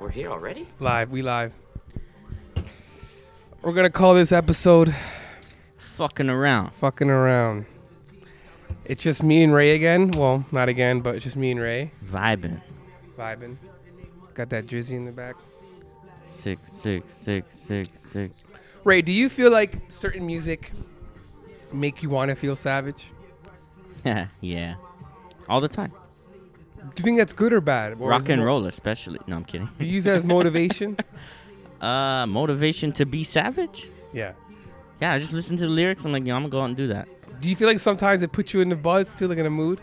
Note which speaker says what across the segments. Speaker 1: We're here already?
Speaker 2: Live, we live. We're gonna call this episode
Speaker 1: Fucking around.
Speaker 2: "Fucking Around." It's just me and Ray again. Well, not again, but it's just me and Ray
Speaker 1: Vibing.
Speaker 2: vibing. Got that drizzy in the back.
Speaker 1: Sick, sick, sick, sick, sick.
Speaker 2: Ray, do you feel like certain music make you want to feel savage?
Speaker 1: yeah. All the time.
Speaker 2: Do you think that's good or bad? Or is
Speaker 1: Rock
Speaker 2: it
Speaker 1: and
Speaker 2: more-
Speaker 1: roll, especially. No, I'm kidding.
Speaker 2: Do you use that as motivation?
Speaker 1: Uh, motivation to be savage?
Speaker 2: yeah.
Speaker 1: Yeah, I just listen to the lyrics. I'm like, yo, I'm gonna go out and do that.
Speaker 2: Do you feel like sometimes it puts you in the buzz too, like in a mood?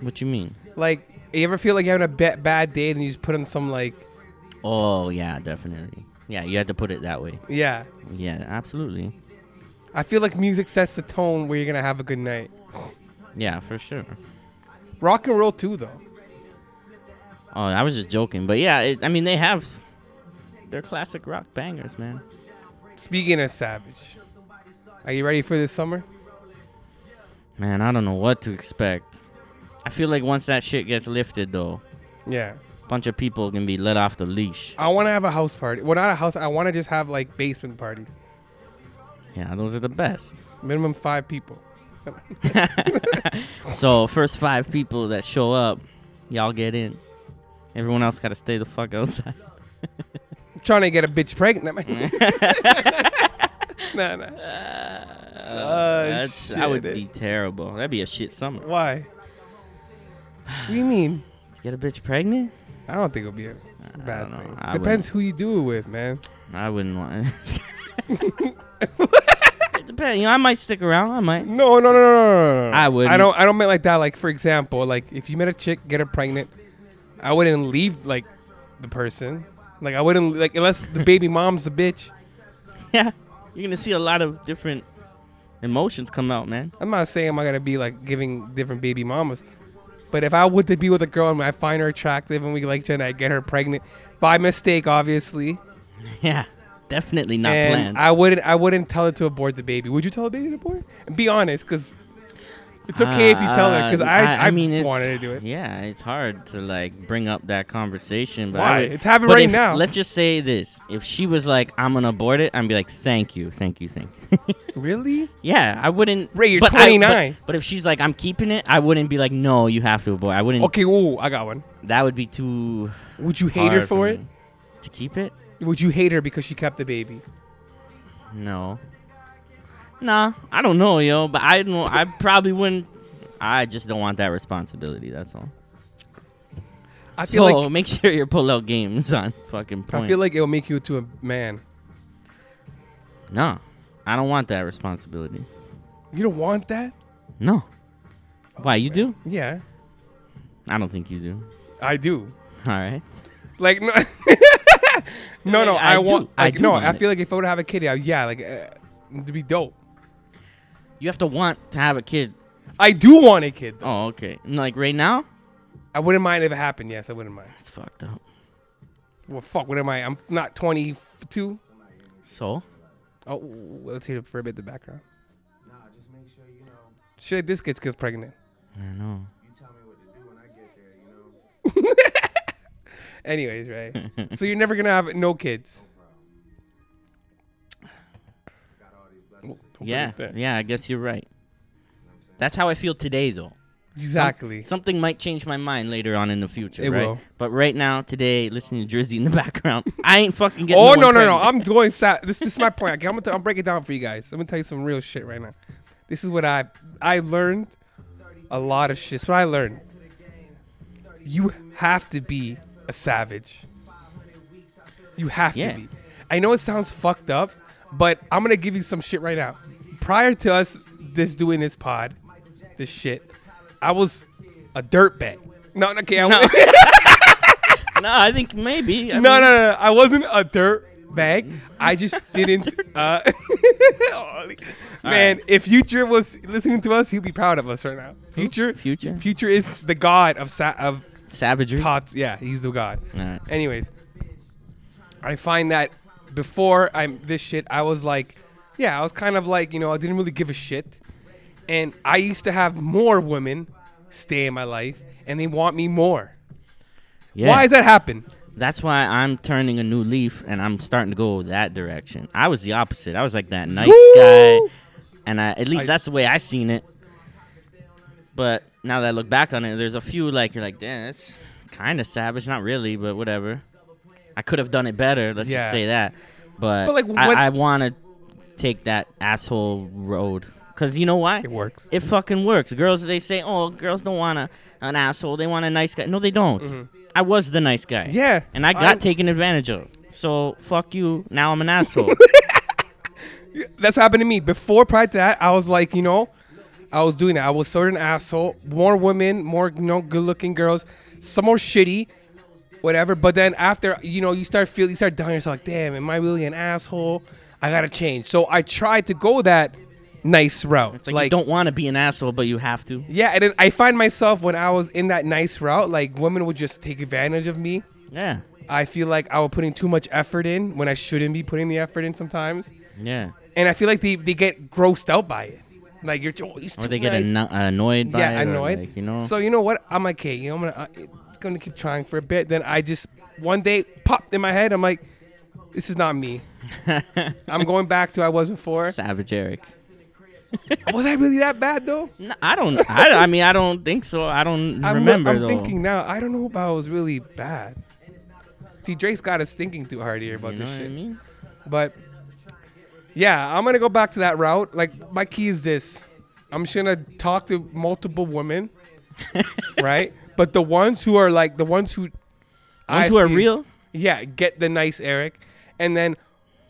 Speaker 1: What you mean?
Speaker 2: Like, you ever feel like you're having a ba- bad day and you just put on some like,
Speaker 1: Oh, yeah, definitely. Yeah, you had to put it that way.
Speaker 2: yeah.
Speaker 1: Yeah, absolutely.
Speaker 2: I feel like music sets the tone where you're gonna have a good night.
Speaker 1: Yeah, for sure.
Speaker 2: Rock and roll too, though.
Speaker 1: Oh, I was just joking. But yeah, it, I mean, they have. They're classic rock bangers, man.
Speaker 2: Speaking of savage, are you ready for this summer?
Speaker 1: Man, I don't know what to expect. I feel like once that shit gets lifted, though,
Speaker 2: Yeah.
Speaker 1: bunch of people can be let off the leash.
Speaker 2: I want to have a house party. Well, not a house. I want to just have like basement parties.
Speaker 1: Yeah, those are the best.
Speaker 2: Minimum five people.
Speaker 1: So first five people that show up, y'all get in. Everyone else gotta stay the fuck outside.
Speaker 2: trying to get a bitch pregnant. nah, nah. Oh,
Speaker 1: Uh, that's that would
Speaker 2: shit.
Speaker 1: be terrible. That'd be a shit summer.
Speaker 2: Why? What do you mean?
Speaker 1: Get a bitch pregnant?
Speaker 2: I don't think it'll be a bad
Speaker 1: don't know.
Speaker 2: thing.
Speaker 1: I
Speaker 2: Depends who you do it with, man.
Speaker 1: I wouldn't want. it depends. You know, I might stick around. I might.
Speaker 2: No, no, no, no, no, no, no.
Speaker 1: I wouldn't.
Speaker 2: I don't. I don't mean like that. Like for example, like if you met a chick, get her pregnant, I wouldn't leave like the person. Like I wouldn't like unless the baby mom's a bitch.
Speaker 1: Yeah, you're gonna see a lot of different emotions come out, man.
Speaker 2: I'm not saying I'm not gonna be like giving different baby mamas, but if I would to be with a girl and I find her attractive and we like and I get her pregnant by mistake, obviously,
Speaker 1: Yeah, definitely not
Speaker 2: and
Speaker 1: planned.
Speaker 2: I wouldn't. I wouldn't tell her to abort the baby. Would you tell the baby to abort? And be honest, because. It's okay if you tell her because
Speaker 1: Uh,
Speaker 2: I, I,
Speaker 1: it's-
Speaker 2: wanted to do it.
Speaker 1: Yeah, it's hard to like bring up that conversation. But I
Speaker 2: Why?
Speaker 1: would-
Speaker 2: It's happening
Speaker 1: but
Speaker 2: right
Speaker 1: if-
Speaker 2: now.
Speaker 1: Let's just say this: if she was like, "I'm gonna abort it," I'd be like, "Thank you, thank you, thank you."
Speaker 2: Really?
Speaker 1: yeah, I wouldn't.
Speaker 2: Ray, you're
Speaker 1: but I- but-
Speaker 2: 29.
Speaker 1: but, if she's like, "I'm keeping it," I wouldn't be like, "No, you have to abort." I wouldn't.
Speaker 2: Okay. Ooh, I got one.
Speaker 1: That would be too.
Speaker 2: Would you hate her
Speaker 1: hard
Speaker 2: for
Speaker 1: me.
Speaker 2: it?
Speaker 1: To keep it?
Speaker 2: Would you hate her because she kept the baby?
Speaker 1: No. Nah, I don't know, yo. But I don't. I probably wouldn't. I just don't want that responsibility. That's all.
Speaker 2: I
Speaker 1: so
Speaker 2: feel like
Speaker 1: make sure your pull-out game is on fucking point.
Speaker 2: I feel like it'll make you to a man.
Speaker 1: no, I don't want that responsibility.
Speaker 2: You don't want that?
Speaker 1: No. Why you do?
Speaker 2: Yeah,
Speaker 1: I don't think you do.
Speaker 2: I do.
Speaker 1: All right.
Speaker 2: Like no, no, no.
Speaker 1: Like,
Speaker 2: I,
Speaker 1: I do-
Speaker 2: want.
Speaker 1: I
Speaker 2: Like,
Speaker 1: do
Speaker 2: no,
Speaker 1: want
Speaker 2: I
Speaker 1: it.
Speaker 2: feel like if I would have a kid, I, yeah, like uh, it'd be dope.
Speaker 1: You have to want to have a kid.
Speaker 2: I do want a kid. Though.
Speaker 1: Oh, okay. Like right now?
Speaker 2: I wouldn't mind if it happened. Yes, I wouldn't mind.
Speaker 1: That's fucked up.
Speaker 2: Well, fuck. What am I? I'm not 22.
Speaker 1: So?
Speaker 2: Oh, well, let's hear it for a bit. The background. Shit, this gets gets pregnant.
Speaker 1: I know.
Speaker 2: Anyways, right? so you're never gonna have no kids. Well, don't put it
Speaker 1: Yeah.
Speaker 2: there.
Speaker 1: Yeah, I guess you're right. That's how I feel today though.
Speaker 2: Exactly.
Speaker 1: Something might change my mind later on in the future,
Speaker 2: It
Speaker 1: right?
Speaker 2: will.
Speaker 1: But right now, today, listening to Drizzy in the background, I ain't fucking getting
Speaker 2: Oh
Speaker 1: one
Speaker 2: no no no!
Speaker 1: pregnant.
Speaker 2: I'm going sad. This this is my point. Okay, I'm gonna t- I'm break it down for you guys. I'm gonna tell you some real shit right now. This is what I I learned a lot of shit. It's what I learned. You have to be a savage. You have
Speaker 1: Yeah.
Speaker 2: to be. I know it sounds fucked up, but I'm gonna give you some shit right now. Prior to us this doing this pod, this shit, I was a dirtbag. No, okay, I,
Speaker 1: No.
Speaker 2: no.
Speaker 1: no, I think maybe. I
Speaker 2: no,
Speaker 1: mean,
Speaker 2: no, no. I wasn't a dirt bag. I just didn't. Uh, man, if Future was listening to us, he'd be proud of us right now. Future,
Speaker 1: Future?
Speaker 2: Future is the god of sa- of
Speaker 1: Savagery.
Speaker 2: tots. Yeah, he's the god.
Speaker 1: Alright.
Speaker 2: Anyways, I find that before I'm this shit, I was like, yeah, I was kind of like, you know, I didn't really give a shit, and I used to have more women stay in my life, and they want me more.
Speaker 1: Yeah.
Speaker 2: Why does that happen?
Speaker 1: That's why I'm turning a new leaf and I'm starting to go that direction. I was the opposite. I was like that nice
Speaker 2: Woo!
Speaker 1: guy, and I, at least
Speaker 2: I-
Speaker 1: that's the way I seen it. But now that I look back on it, there's a few like you're like, damn, that's kind of savage. Not really, but whatever. I could have done it better. Let's
Speaker 2: Yeah.
Speaker 1: just say that. But,
Speaker 2: But, like, what-
Speaker 1: I, I want to take that asshole road because you know why?
Speaker 2: It works.
Speaker 1: It fucking works. Girls, they say, oh, girls don't want a, an asshole. They want a nice guy. No, they don't. I was the nice guy.
Speaker 2: Mm-hmm. Yeah,
Speaker 1: And I got
Speaker 2: I'm-
Speaker 1: taken advantage of. So fuck you. Now I'm an asshole.
Speaker 2: that's what happened to me. Before prior to that, I was like, you know, I was doing that. I was sort of an asshole. More women, more you know, good looking girls, some more shitty, whatever. But then after, you know, you start feeling you start down yourself like, damn, am I really an asshole? I gotta change. So I tried to go that nice route.
Speaker 1: It's like, you don't want to be an asshole, but you have to.
Speaker 2: yeah, and then I find myself when I was in that nice route, like women would just take advantage of me.
Speaker 1: Yeah.
Speaker 2: I feel like I was putting too much effort in when I shouldn't be putting the effort in sometimes.
Speaker 1: Yeah.
Speaker 2: and I feel like they, they get grossed out by it. Like you're too, oh, he's
Speaker 1: Or
Speaker 2: too
Speaker 1: they get
Speaker 2: nice.
Speaker 1: anno- annoyed by
Speaker 2: yeah
Speaker 1: it. or,
Speaker 2: annoyed.
Speaker 1: like, you know.
Speaker 2: So you know what? I'm like, okay, you know, I'm gonna uh, gonna keep trying for a bit. Then I just one day popped in my head. I'm like, this is not me. I'm going back to who I was before.
Speaker 1: Savage Eric.
Speaker 2: Was I really that bad though?
Speaker 1: No, I don't. I, I mean, I don't think so. I don't
Speaker 2: I'm,
Speaker 1: remember
Speaker 2: I'm
Speaker 1: though.
Speaker 2: thinking now. I don't know if I was really bad. See, Drake's got us thinking too hard here about
Speaker 1: you know
Speaker 2: this
Speaker 1: what
Speaker 2: shit.
Speaker 1: I mean?
Speaker 2: But yeah, I'm gonna go back to that route. Like my key is this: I'm just gonna talk to multiple women, right? But the ones who are like the ones who,
Speaker 1: Ones
Speaker 2: I
Speaker 1: who are
Speaker 2: feel-
Speaker 1: real.
Speaker 2: yeah, get the nice Eric, and then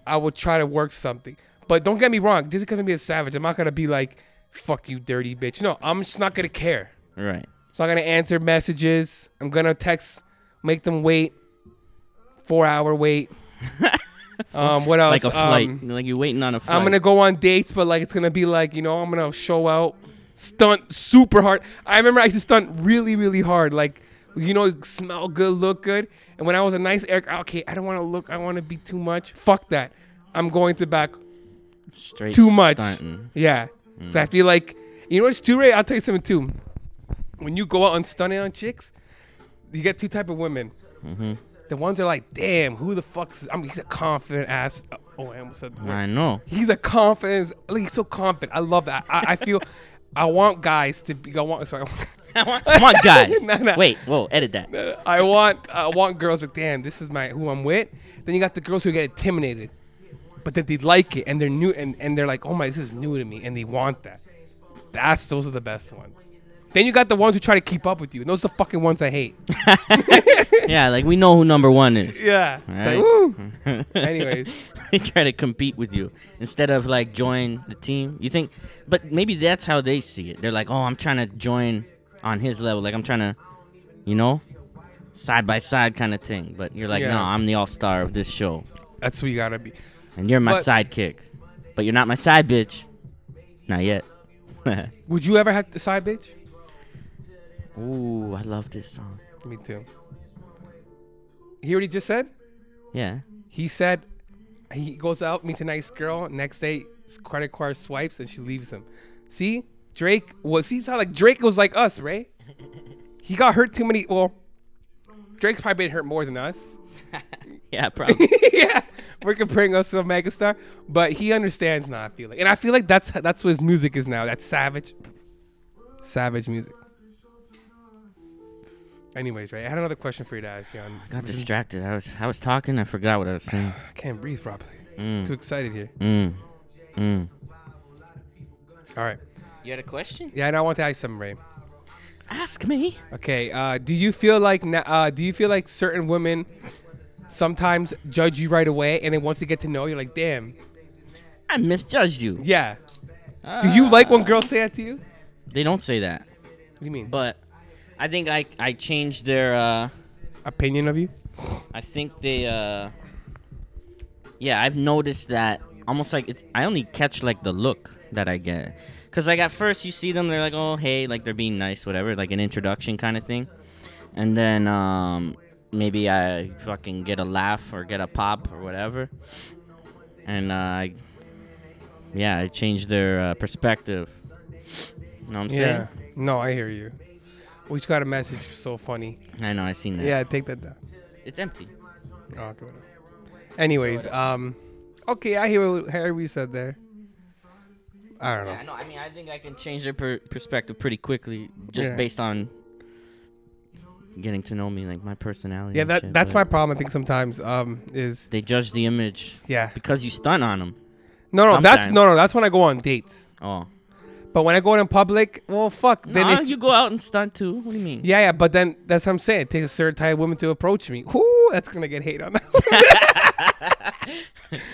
Speaker 2: I will try to work something. But don't get me wrong, this is gonna be a savage. I'm not gonna be like, "Fuck you, dirty bitch." No, I'm just not gonna care.
Speaker 1: Right.
Speaker 2: So I'm gonna answer messages. I'm gonna text, make them wait, four hour wait. um, what else?
Speaker 1: Like a flight.
Speaker 2: Um,
Speaker 1: like you're waiting on a flight.
Speaker 2: I'm gonna go on dates, but like it's gonna be like you know I'm gonna show out, stunt super hard. I remember I used to stunt really really hard, like you know smell good, look good. And when I was a nice Eric, okay, I don't want to look, I want to be too much. Fuck that. I'm going to back
Speaker 1: Straight
Speaker 2: too much.
Speaker 1: stunting.
Speaker 2: Yeah. So I feel like you know what's too right. I'll tell you something too. When you go out and stunning on chicks, you get two type of women. The ones that are like, damn, who the fuck's? I mean, he's a confident ass. Oh, I almost said. The word
Speaker 1: I know.
Speaker 2: he's a confidence. Like, he's so confident. I love that. I, I feel. I want guys to be. I want. Sorry.
Speaker 1: I want, I want guys.
Speaker 2: No, no.
Speaker 1: Wait. Whoa. Edit that.
Speaker 2: I want. I want girls. Like, damn, this is my who I'm with. Then you got the girls who get intimidated, but then they like it and they're new and, and they're like, oh my, this is new to me, and they want that. That's those are the best ones. Then you got the ones who try to keep up with you. And those are the fucking ones I hate.
Speaker 1: Yeah. Like we know who number one is.
Speaker 2: Yeah. It's like,
Speaker 1: Right.
Speaker 2: woo. Anyways.
Speaker 1: they try to compete with you instead of like join the team. You think, but maybe that's how they see it. They're like, oh, I'm trying to join on his level. Like I'm trying to, you know, side by side kind of thing. But you're like,
Speaker 2: Yeah.
Speaker 1: no, I'm the all star of this show,
Speaker 2: That's who you gotta be.
Speaker 1: and you're my
Speaker 2: But-
Speaker 1: sidekick, but you're not my side bitch, not yet.
Speaker 2: Would you ever have to side bitch?
Speaker 1: Ooh, I love this song.
Speaker 2: Me too. Hear what he just said?
Speaker 1: Yeah.
Speaker 2: He said he goes out, meets a nice girl. Next day, his credit card swipes and she leaves him. See, Drake was he's how like Drake was like us, right? He got hurt too many. Well, Drake's probably been hurt more than us.
Speaker 1: Yeah, probably.
Speaker 2: yeah, we're comparing us to a megastar, but he understands now. I feel like, and I feel like that's that's what his music is now. That's savage, savage music. Anyways, right? I had another question for you to ask, Jan.
Speaker 1: Got distracted. I was I was talking. I forgot what I was saying.
Speaker 2: I can't breathe properly. Too excited here.
Speaker 1: Mm. Mm.
Speaker 2: All right.
Speaker 1: You had a question?
Speaker 2: Yeah, and I want to ask some Ray.
Speaker 1: Ask me.
Speaker 2: Okay, uh, do you feel like na- uh, do you feel like certain women sometimes judge you right away, and then once they get to know you, like, damn,
Speaker 1: I misjudged you. Ah.
Speaker 2: yeah. Do you like when girls say that to you? What
Speaker 1: They don't say that,
Speaker 2: do you mean?
Speaker 1: but I think I I changed their. uh
Speaker 2: Opinion of you?
Speaker 1: I think they. uh Yeah, I've noticed that almost like it's. I only catch like the look that I get, cause like at first you see them, they're like, oh hey, like they're being nice, whatever, like an introduction kind of thing, and then um maybe I fucking get a laugh or get a pop or whatever, and uh, I. Yeah, I changed their uh, perspective. You know what I'm
Speaker 2: Yeah. No, I hear you. We just got a message so funny.
Speaker 1: saying? I know, I seen that.
Speaker 2: Yeah, take that down.
Speaker 1: It's empty.
Speaker 2: Oh, okay, whatever. Anyways, um, okay, I hear what hear what you said there. I
Speaker 1: Yeah,
Speaker 2: don't know.
Speaker 1: I know. I mean, I think I can change their per- perspective pretty quickly just
Speaker 2: Yeah.
Speaker 1: based on getting to know me, like my personality.
Speaker 2: Yeah,
Speaker 1: and
Speaker 2: that
Speaker 1: shit,
Speaker 2: that's
Speaker 1: but
Speaker 2: my problem. I think sometimes um is
Speaker 1: They judge the image
Speaker 2: yeah.
Speaker 1: because you stunt on them.
Speaker 2: No, no, that's
Speaker 1: Sometimes.
Speaker 2: no, no, that's when I go on dates.
Speaker 1: Oh,
Speaker 2: But when I go out in public, well, fuck. Then
Speaker 1: nah,
Speaker 2: if,
Speaker 1: you go out and stunt too. What do you mean?
Speaker 2: yeah, yeah, but then that's what I'm saying. It takes a certain type of woman to approach me. Whoo, that's gonna get hate on.
Speaker 1: gotta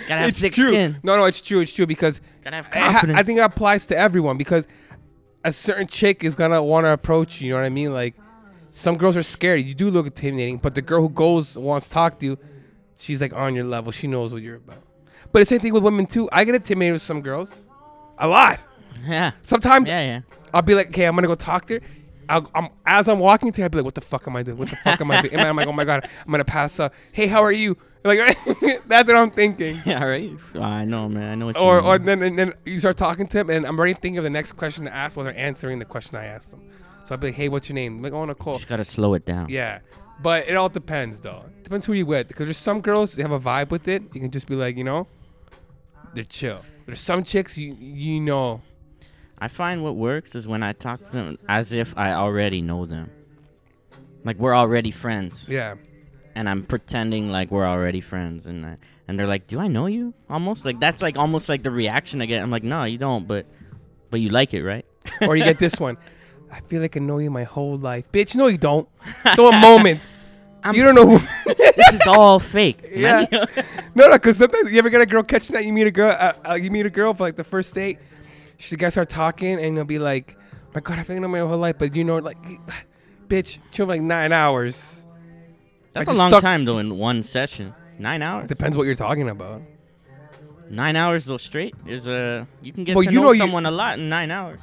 Speaker 1: have
Speaker 2: it's
Speaker 1: thick
Speaker 2: true.
Speaker 1: skin.
Speaker 2: No, no, it's true. It's true because
Speaker 1: Gotta have
Speaker 2: I, ha-
Speaker 1: confidence.
Speaker 2: I think it applies to everyone because a certain chick is gonna want to approach you. You know what I mean? Like some girls are scared. You do look intimidating, but the girl who goes wants to talk to you. She's like on your level. She knows what you're about. But the same thing with women too. I get intimidated with some girls, a lot.
Speaker 1: yeah,
Speaker 2: Sometimes
Speaker 1: yeah, yeah.
Speaker 2: I'll be like, okay, I'm gonna go talk to her. I'll, I'm, as I'm walking to her, I'll be like, what the fuck am I doing? What the fuck am I doing? And I'm like, oh my god, I'm gonna pass. Uh, hey, how are you? Like that's what I'm thinking.
Speaker 1: Yeah, all right. Oh, I know, man. I know what you
Speaker 2: Or, or
Speaker 1: mean.
Speaker 2: then, and then you start talking to him, and I'm already thinking of the next question to ask while they're answering the question I asked them. So I'll be like, hey, what's your name? Like, oh, Nicole.
Speaker 1: just gotta slow it down.
Speaker 2: Yeah. But it all depends, though. Depends who you with. Because there's some girls that have a vibe with it. You can just be like, you know, they're chill. There's some chicks you you know.
Speaker 1: I find what works is when I talk to them as if I already know them. Like we're already friends.
Speaker 2: Yeah.
Speaker 1: and I'm pretending like we're already friends, and I, and they're like, "Do I know you?" Almost like that's like almost like the reaction I get. I'm like, "No, you don't," but but you like it, right?
Speaker 2: or you get this one. I feel like I know you my whole life. Bitch, no, you don't. So a moment.
Speaker 1: I'm
Speaker 2: you don't know who.
Speaker 1: this is all fake. man.
Speaker 2: Yeah. no, no, because sometimes you ever get a girl catching that you meet a girl, uh, uh, you meet a girl for like the first date. She guys start talking and they'll be like, "My God, I've been in my whole life," but you know, like, bitch, chill for like nine hours.
Speaker 1: That's
Speaker 2: I
Speaker 1: a
Speaker 2: just
Speaker 1: long
Speaker 2: stuck-
Speaker 1: time though in one session. Nine hours.
Speaker 2: Depends what you're talking about.
Speaker 1: Nine hours though straight is a you can get
Speaker 2: Well,
Speaker 1: to
Speaker 2: you
Speaker 1: know,
Speaker 2: know you-
Speaker 1: someone a lot in nine hours.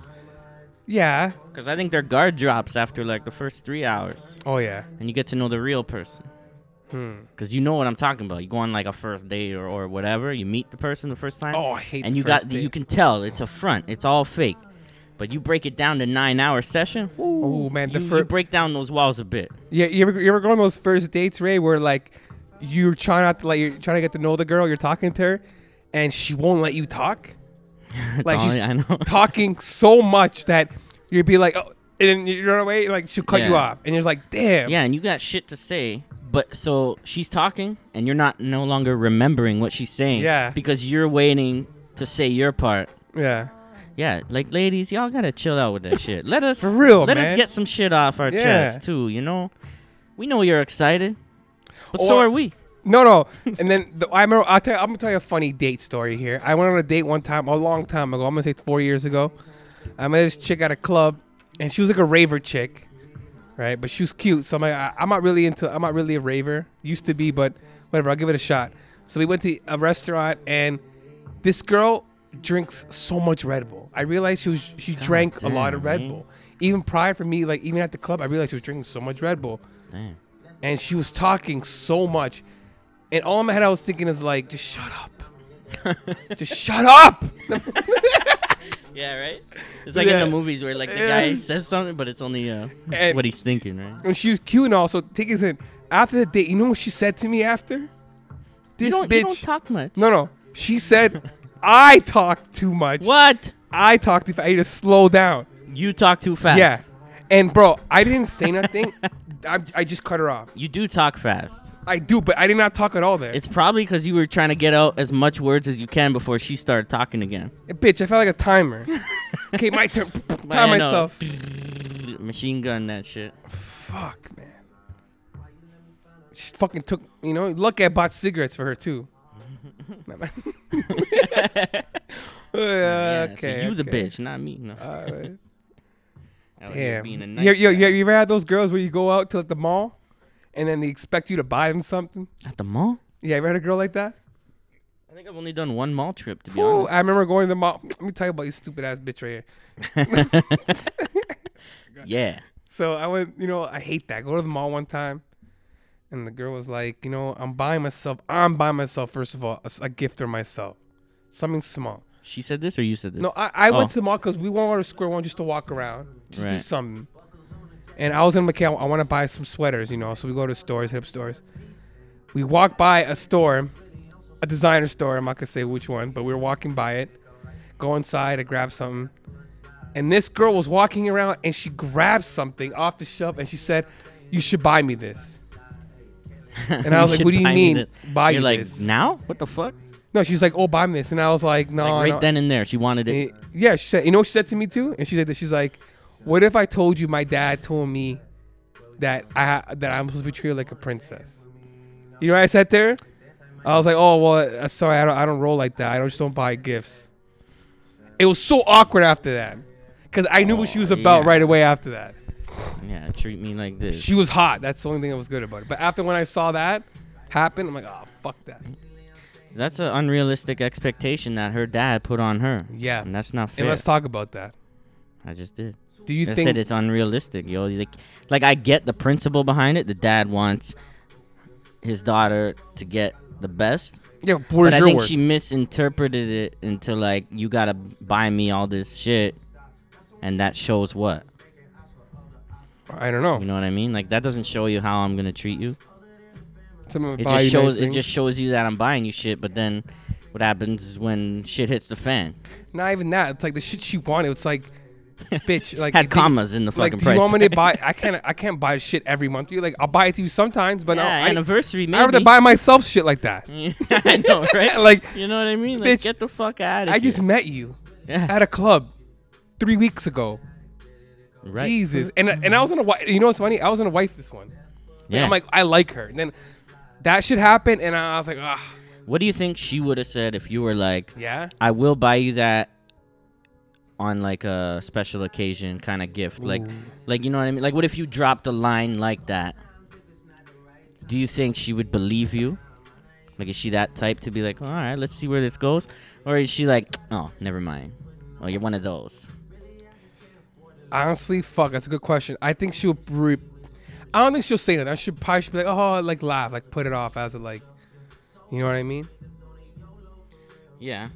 Speaker 2: Yeah.
Speaker 1: Because I think their guard drops after like the first three hours,
Speaker 2: Oh yeah.
Speaker 1: and you get to know the real person.
Speaker 2: Hmm.
Speaker 1: Because you know what I'm talking about. You go on like a first date or, or whatever. You meet the person the first time.
Speaker 2: Oh, I hate.
Speaker 1: and
Speaker 2: the
Speaker 1: you
Speaker 2: first
Speaker 1: got
Speaker 2: date.
Speaker 1: you can tell it's a front it's all fake but you break it down to nine hour session
Speaker 2: Ooh, man, the
Speaker 1: you, you
Speaker 2: fir-
Speaker 1: break down those walls a bit
Speaker 2: Yeah, you ever you ever go on those first dates, Ray, where like you're trying not to like you're trying to get to know the girl, you're talking to her, and she won't let you talk,
Speaker 1: That's
Speaker 2: Like,
Speaker 1: all
Speaker 2: she's
Speaker 1: I- I know
Speaker 2: talking so much that you'd be like, oh, and you run away, like she'll cut you
Speaker 1: Yeah.
Speaker 2: off, and you're like, damn.
Speaker 1: yeah and you got shit to say but so she's talking and you're not no longer remembering what she's saying
Speaker 2: Yeah.
Speaker 1: because you're waiting to say your part
Speaker 2: Yeah.
Speaker 1: yeah like ladies y'all gotta chill out with that shit let us
Speaker 2: For real,
Speaker 1: let us
Speaker 2: man.
Speaker 1: get some shit off our
Speaker 2: Yeah.
Speaker 1: chest too you know we know you're excited but so
Speaker 2: Or-
Speaker 1: are we
Speaker 2: No, no. And then the, I remember, I'll tell you, I'm gonna tell you a funny date story here. I went on a date one time, a long time ago. I'm gonna say four years ago. I met this chick at a club, and she was like a raver chick, right? But she was cute. So I'm like, I, I'm not really into. I'm not really a raver. Used to be, but whatever. I'll give it a shot. So we went to a restaurant, and this girl drinks so much Red Bull. I realized she was she drank a lot of
Speaker 1: damn,
Speaker 2: Red
Speaker 1: man.
Speaker 2: Bull. Even prior for me, like even at the club, I realized she was drinking so much Red Bull
Speaker 1: Damn.
Speaker 2: and she was talking so much. And all in my head, I was thinking is like, just shut up, just shut up.
Speaker 1: Yeah, right. It's like in
Speaker 2: Yeah.
Speaker 1: the movies where like the
Speaker 2: Yeah.
Speaker 1: guy says something, but it's only uh, it's
Speaker 2: And-
Speaker 1: what he's thinking, right?
Speaker 2: And she was cute and all. So take it in. After the date, you know what she said to me after?
Speaker 1: you
Speaker 2: This
Speaker 1: don't,
Speaker 2: bitch.
Speaker 1: you don't talk much.
Speaker 2: no, no. She said, I talk too much.
Speaker 1: What?
Speaker 2: I talk too fast. I need to slow down.
Speaker 1: You talk too fast.
Speaker 2: Yeah. And bro, I didn't say nothing. I, I just cut her off.
Speaker 1: You do talk fast.
Speaker 2: I do, but I did not talk at all there.
Speaker 1: It's probably because you were trying to get out as much words as you can before she started talking again.
Speaker 2: Bitch, I felt like a timer. okay, my turn. Time
Speaker 1: I know.
Speaker 2: myself.
Speaker 1: Machine gun that shit.
Speaker 2: Fuck, man. She fucking took, you know, look, I bought cigarettes for her too. Uh,
Speaker 1: Yeah, so
Speaker 2: okay.
Speaker 1: you the
Speaker 2: okay.
Speaker 1: bitch, not me. No.
Speaker 2: All right.
Speaker 1: Out here
Speaker 2: Damn.
Speaker 1: being a
Speaker 2: you,
Speaker 1: nice
Speaker 2: you, you,
Speaker 1: guy.
Speaker 2: you ever had those girls where you go out to like, the mall and then they expect you to buy them something?
Speaker 1: At the mall?
Speaker 2: Yeah, ever had a girl like that?
Speaker 1: I think I've only done one mall trip to be
Speaker 2: Ooh,
Speaker 1: honest.
Speaker 2: I remember going to the mall. Let me tell you about this stupid ass bitch right here.
Speaker 1: yeah.
Speaker 2: So I went, you know, I hate that. Go to the mall one time, and the girl was like, you know, I'm buying myself. I'm buying myself first of all a, s- a gift for myself, something small.
Speaker 1: She said this or you said this?
Speaker 2: No, I, I
Speaker 1: Oh.
Speaker 2: went to the mall because we wanted to square one just to walk around, just do
Speaker 1: Right.
Speaker 2: something. And I was in McKay. I want to buy some sweaters, you know. So we go to stores, hip stores. We walk by a store, a designer store. I'm not gonna say which one, but we were walking by it. Go inside. I grab something, and this girl was walking around, and she grabbed something off the shelf, and she said, "You should buy me this." And I was like,
Speaker 1: should
Speaker 2: "What do you
Speaker 1: buy me
Speaker 2: mean,
Speaker 1: this."
Speaker 2: buy
Speaker 1: You're
Speaker 2: you
Speaker 1: like,
Speaker 2: this?"
Speaker 1: now? What the fuck?
Speaker 2: No, she's like, "Oh, buy me this," and I was like, "No,
Speaker 1: Like
Speaker 2: I
Speaker 1: right
Speaker 2: don't-
Speaker 1: then and there, she wanted it.
Speaker 2: Eh, yeah, she said, you know what she said to me too? And she said that she's like, what if I told you my dad told me that I ha- that I'm supposed to be treated like a princess? You know what I said there? I was like, oh well, uh, sorry, I don't, I don't roll like that. I don't just don't buy gifts. It was so awkward after that, because I knew what she was
Speaker 1: Aw,
Speaker 2: about
Speaker 1: Oh, yeah.
Speaker 2: right away after that.
Speaker 1: Yeah, treat me like this.
Speaker 2: She was hot. That's the only thing that was good about it. But after when I saw that happen, I'm like, oh fuck that.
Speaker 1: that's an unrealistic expectation that her dad put on her.
Speaker 2: Yeah.
Speaker 1: And that's not
Speaker 2: And
Speaker 1: fair.
Speaker 2: let's talk about that.
Speaker 1: I just did.
Speaker 2: Do you
Speaker 1: I
Speaker 2: think?
Speaker 1: said it's unrealistic, yo. Like, like I get the principle behind it. The dad wants his daughter to get the best,
Speaker 2: yeah, where's
Speaker 1: but I
Speaker 2: your
Speaker 1: think
Speaker 2: work?
Speaker 1: she misinterpreted it into like you gotta buy me all this shit, and that shows what
Speaker 2: I don't know.
Speaker 1: you know what I mean. Like that doesn't show you how I'm gonna treat you.
Speaker 2: Someone
Speaker 1: It
Speaker 2: buy you
Speaker 1: just shows it
Speaker 2: anything?
Speaker 1: just shows you that I'm buying you shit, but then what happens is when shit hits the fan?
Speaker 2: Not even that. It's like the shit she wanted. It's like, bitch, like
Speaker 1: Had
Speaker 2: do-
Speaker 1: commas in the
Speaker 2: Like,
Speaker 1: fucking
Speaker 2: do
Speaker 1: price.
Speaker 2: you want me to buy? I can't. I can't buy shit every month. You like, I'll buy it to you sometimes, but
Speaker 1: yeah,
Speaker 2: I, I,
Speaker 1: anniversary
Speaker 2: I rather
Speaker 1: maybe.
Speaker 2: buy myself shit like that.
Speaker 1: I know, right?
Speaker 2: Like,
Speaker 1: you know what I mean? Like,
Speaker 2: bitch,
Speaker 1: get the fuck out of
Speaker 2: I
Speaker 1: here.
Speaker 2: just met you
Speaker 1: Yeah.
Speaker 2: at a club three weeks ago.
Speaker 1: right.
Speaker 2: Jesus, and and I was on a wife. You know what's funny? I was on a wife this one.
Speaker 1: Yeah.
Speaker 2: I'm like, I like her. And then that should happen, and I was like, ah,
Speaker 1: what do you think she would have said if you were like,
Speaker 2: yeah.
Speaker 1: I will buy you that on like a special occasion kind of gift? Like, like you know what I mean? Like, what if you dropped a line like that? Do you think she would believe you? Like, is she that type to be like, all right, let's see where this goes? Or is she like, oh, never mind. Oh, you're one of those.
Speaker 2: Honestly, fuck, that's a good question. I think she'll. Re- I don't think she'll say that. I should probably should be like, oh, like laugh, like put it off as a like, you know what I mean?
Speaker 1: Yeah.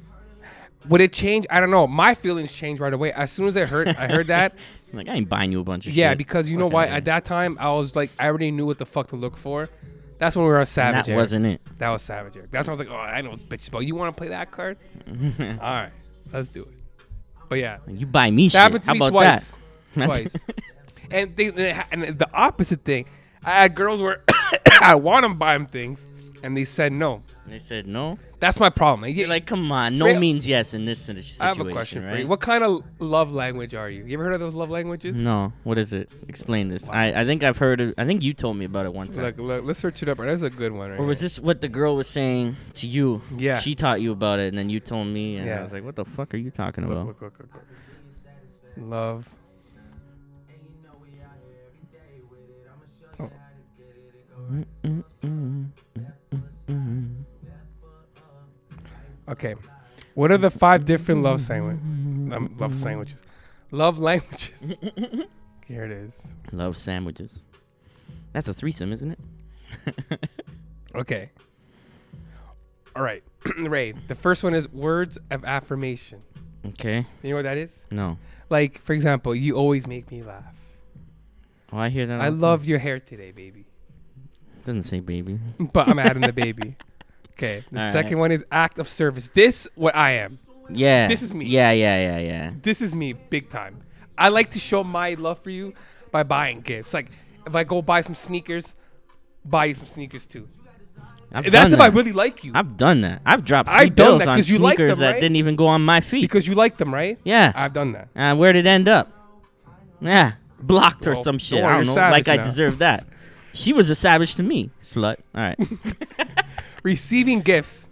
Speaker 2: Would it change? I don't know. My feelings changed right away as soon as I heard I heard that.
Speaker 1: Like, I ain't buying you a bunch of shit.
Speaker 2: yeah, because you know
Speaker 1: Fuck
Speaker 2: why?
Speaker 1: outta
Speaker 2: At
Speaker 1: here.
Speaker 2: that time, I was like, I already knew what the fuck to look for. That's when we were on
Speaker 1: And
Speaker 2: Savage.
Speaker 1: that
Speaker 2: Eric.
Speaker 1: wasn't it.
Speaker 2: That was Savage. Eric. That's when I was like, oh, I know what this bitch is about. You want to play that card? All right, let's do it. But yeah,
Speaker 1: You buy me shit.
Speaker 2: That happened to
Speaker 1: How
Speaker 2: me
Speaker 1: about
Speaker 2: twice.
Speaker 1: that?
Speaker 2: Twice. and, they, and it ha- and the opposite thing, I had girls where I want them buy them things, and they said no.
Speaker 1: they said no.
Speaker 2: That's my problem. Like,
Speaker 1: You're like, come on, no
Speaker 2: Real-
Speaker 1: means yes in this situation.
Speaker 2: I have a question
Speaker 1: right?
Speaker 2: for you. What kind of love language are you? You ever heard of those love languages?
Speaker 1: No, what is it? Explain this. I, I think I've heard it. I think you told me about it one time.
Speaker 2: Look, look, let's search it up. That's a good one. Right
Speaker 1: or was
Speaker 2: here.
Speaker 1: this what the girl was saying to you?
Speaker 2: Yeah.
Speaker 1: She taught you about it, and then you told me, and I
Speaker 2: Yeah.
Speaker 1: was like, what the fuck are you talking about?
Speaker 2: Look, look, look, look. Love. Okay. What are the five different love sandwich? Um, love sandwiches. Love languages. Here it is.
Speaker 1: Love sandwiches. That's a threesome, isn't it?
Speaker 2: Okay. All right. Ray, the first one is words of affirmation.
Speaker 1: okay.
Speaker 2: You know what that is?
Speaker 1: No.
Speaker 2: Like, for example, you always make me laugh.
Speaker 1: Oh, I hear that.
Speaker 2: I
Speaker 1: all the time.
Speaker 2: love your hair today, baby.
Speaker 1: Doesn't say baby.
Speaker 2: But I'm adding the baby. Okay. The
Speaker 1: All
Speaker 2: second one is act of service. This what I am.
Speaker 1: Yeah.
Speaker 2: This is me.
Speaker 1: Yeah, yeah, yeah, yeah.
Speaker 2: This is me, big time. I like to show my love for you by buying gifts. Like if I go buy some sneakers, buy you some sneakers too.
Speaker 1: I've
Speaker 2: And that's
Speaker 1: done
Speaker 2: if I
Speaker 1: that.
Speaker 2: really like you.
Speaker 1: I've done that. I've dropped 3
Speaker 2: I've done
Speaker 1: bills
Speaker 2: that
Speaker 1: on
Speaker 2: 'cause
Speaker 1: sneakers
Speaker 2: you like them,
Speaker 1: that
Speaker 2: right?
Speaker 1: didn't even go on my feet.
Speaker 2: because you like them, right?
Speaker 1: yeah. Uh,
Speaker 2: I've done that.
Speaker 1: And where'd it end up? Yeah, blocked or
Speaker 2: Well,
Speaker 1: some shit.
Speaker 2: don't
Speaker 1: I
Speaker 2: worry,
Speaker 1: don't
Speaker 2: you're
Speaker 1: know. Like
Speaker 2: savage
Speaker 1: I
Speaker 2: now.
Speaker 1: deserve that. She was a savage to me, slut. All right.
Speaker 2: Receiving gifts.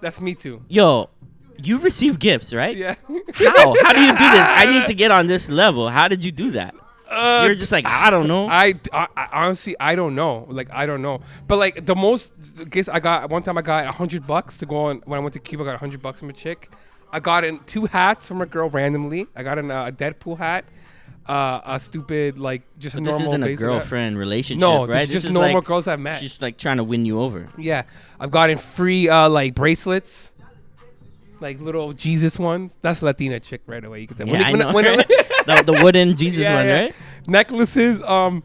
Speaker 2: That's me too.
Speaker 1: Yo, you receive gifts, right?
Speaker 2: Yeah.
Speaker 1: How? How do you do this? I need to get on this level. How did you do that? You're just like, I don't know.
Speaker 2: Uh, I, I, I honestly I don't know. Like I don't know. But like the most I guess I got one time I got a hundred bucks to go on when I went to Cuba. I got a hundred bucks from a chick. I got in two hats from a girl randomly. I got in a Deadpool hat, uh, a stupid like just a
Speaker 1: this
Speaker 2: normal.
Speaker 1: isn't a
Speaker 2: baseball hat.
Speaker 1: girlfriend relationship,
Speaker 2: No, this
Speaker 1: right?
Speaker 2: is just normal
Speaker 1: like,
Speaker 2: girls I've met.
Speaker 1: She's like trying to win you over.
Speaker 2: Yeah, I've gotten free uh, like bracelets, like little Jesus ones. That's Latina chick right away. You get that.
Speaker 1: Yeah, I know.
Speaker 2: when-
Speaker 1: right? the, the wooden Jesus
Speaker 2: Yeah,
Speaker 1: one,
Speaker 2: yeah.
Speaker 1: right?
Speaker 2: Necklaces. Um,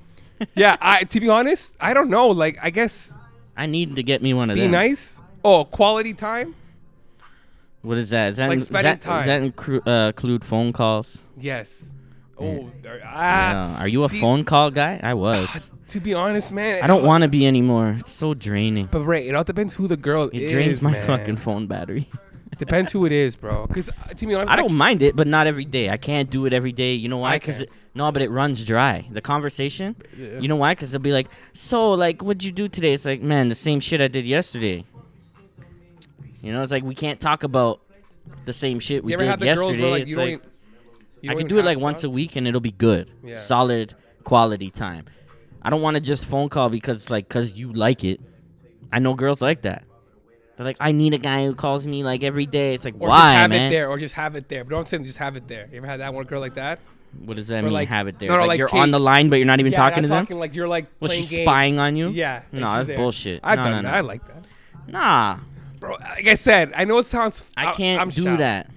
Speaker 2: yeah. I to be honest, I don't know. Like I guess
Speaker 1: I need to get me one of
Speaker 2: be
Speaker 1: them.
Speaker 2: nice. Oh, quality time.
Speaker 1: What is that? Is that,
Speaker 2: Like
Speaker 1: is
Speaker 2: spending
Speaker 1: that, does
Speaker 2: time.
Speaker 1: that incru- uh, include phone calls?
Speaker 2: Yes. Oh, there- ah.
Speaker 1: Yeah. Are you a
Speaker 2: See,
Speaker 1: phone call guy? I was.
Speaker 2: To be honest, man,
Speaker 1: I don't want to be anymore. It's so draining.
Speaker 2: But right, it all depends who the girl
Speaker 1: It
Speaker 2: is.
Speaker 1: drains my
Speaker 2: man.
Speaker 1: fucking phone battery.
Speaker 2: Depends who it is, bro. Because uh, to be honest,
Speaker 1: I don't mind it, but not every day. I can't do it every day. You know why?
Speaker 2: I
Speaker 1: Because
Speaker 2: can't.
Speaker 1: no, but it runs dry. The conversation. You know why? Because they'll be like, "So, like, what'd you do today?" It's like, man, the same shit I did yesterday. You know, it's like we can't talk about the same shit we
Speaker 2: You ever
Speaker 1: did
Speaker 2: have the
Speaker 1: yesterday.
Speaker 2: girls where like
Speaker 1: it's
Speaker 2: you
Speaker 1: like
Speaker 2: don't. even- you
Speaker 1: I
Speaker 2: don't
Speaker 1: can
Speaker 2: even
Speaker 1: do it
Speaker 2: have
Speaker 1: like
Speaker 2: to
Speaker 1: once
Speaker 2: talk?
Speaker 1: a week and it'll be good.
Speaker 2: Yeah.
Speaker 1: Solid quality time. I don't want to just phone call because like cuz you like it. I know girls like that. They're like I need a guy who calls me like every day. It's like
Speaker 2: Or
Speaker 1: why,
Speaker 2: just have
Speaker 1: man?
Speaker 2: it there, or just have it there. But don't say just have it there. You ever had that one girl like that?
Speaker 1: What does that
Speaker 2: Or,
Speaker 1: mean
Speaker 2: like-
Speaker 1: have it there?
Speaker 2: no, no,
Speaker 1: like,
Speaker 2: like,
Speaker 1: you're
Speaker 2: Kate-
Speaker 1: on the line but you're not even
Speaker 2: Yeah,
Speaker 1: talking
Speaker 2: not
Speaker 1: to them?
Speaker 2: Talking like you're like.
Speaker 1: Was she
Speaker 2: playing games.
Speaker 1: spying on you?
Speaker 2: Yeah.
Speaker 1: No,
Speaker 2: and she's
Speaker 1: that's
Speaker 2: there.
Speaker 1: bullshit.
Speaker 2: I've
Speaker 1: No,
Speaker 2: done
Speaker 1: no,
Speaker 2: that.
Speaker 1: no.
Speaker 2: I like that,
Speaker 1: Nah.
Speaker 2: bro. Like I said, I know it sounds.
Speaker 1: I can't
Speaker 2: am
Speaker 1: do
Speaker 2: shy.
Speaker 1: that.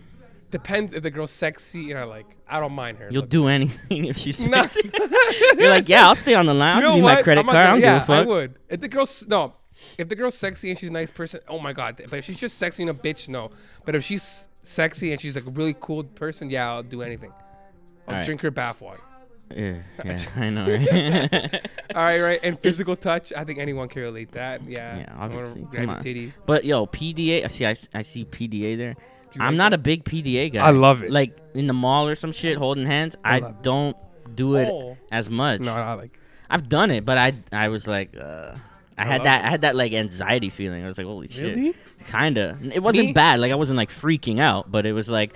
Speaker 2: Depends if the girl's sexy and I like. I don't mind her.
Speaker 1: You'll
Speaker 2: Look,
Speaker 1: do anything if she
Speaker 2: No.
Speaker 1: says You're like, "Yeah, I'll stay on the line. I'll
Speaker 2: You know
Speaker 1: give you my
Speaker 2: what?
Speaker 1: credit
Speaker 2: I'm not
Speaker 1: card. I don't
Speaker 2: gonna- yeah,
Speaker 1: give a fuck."
Speaker 2: I would. If the girl's no, if the girl's sexy and she's a nice person, oh my god. But if she's just sexy and a bitch, no. But if she's sexy and she's like a really cool person, yeah, I'll do anything. I'll
Speaker 1: Alright.
Speaker 2: drink her bathwater.
Speaker 1: Yeah, yeah, I know, right?
Speaker 2: All right, right. And physical touch, I think anyone can relate that. Yeah.
Speaker 1: Yeah,
Speaker 2: I wanna
Speaker 1: obviously.
Speaker 2: grab
Speaker 1: Come
Speaker 2: a
Speaker 1: on.
Speaker 2: titty.
Speaker 1: But yo, PDA. I see. I, s- I see PDA there.
Speaker 2: you
Speaker 1: I'm
Speaker 2: like
Speaker 1: not a big PDA guy.
Speaker 2: I love it.
Speaker 1: Like in the mall or some shit, holding hands. I,
Speaker 2: love it.
Speaker 1: don't do it
Speaker 2: Oh.
Speaker 1: as much.
Speaker 2: No, I like.
Speaker 1: I've done it, but I I was like, uh, I had
Speaker 2: love
Speaker 1: that I had that like anxiety feeling. I was like, holy
Speaker 2: Really?
Speaker 1: shit. Kinda. N- It wasn't
Speaker 2: Me?
Speaker 1: bad. Like I wasn't like freaking out, but it was like,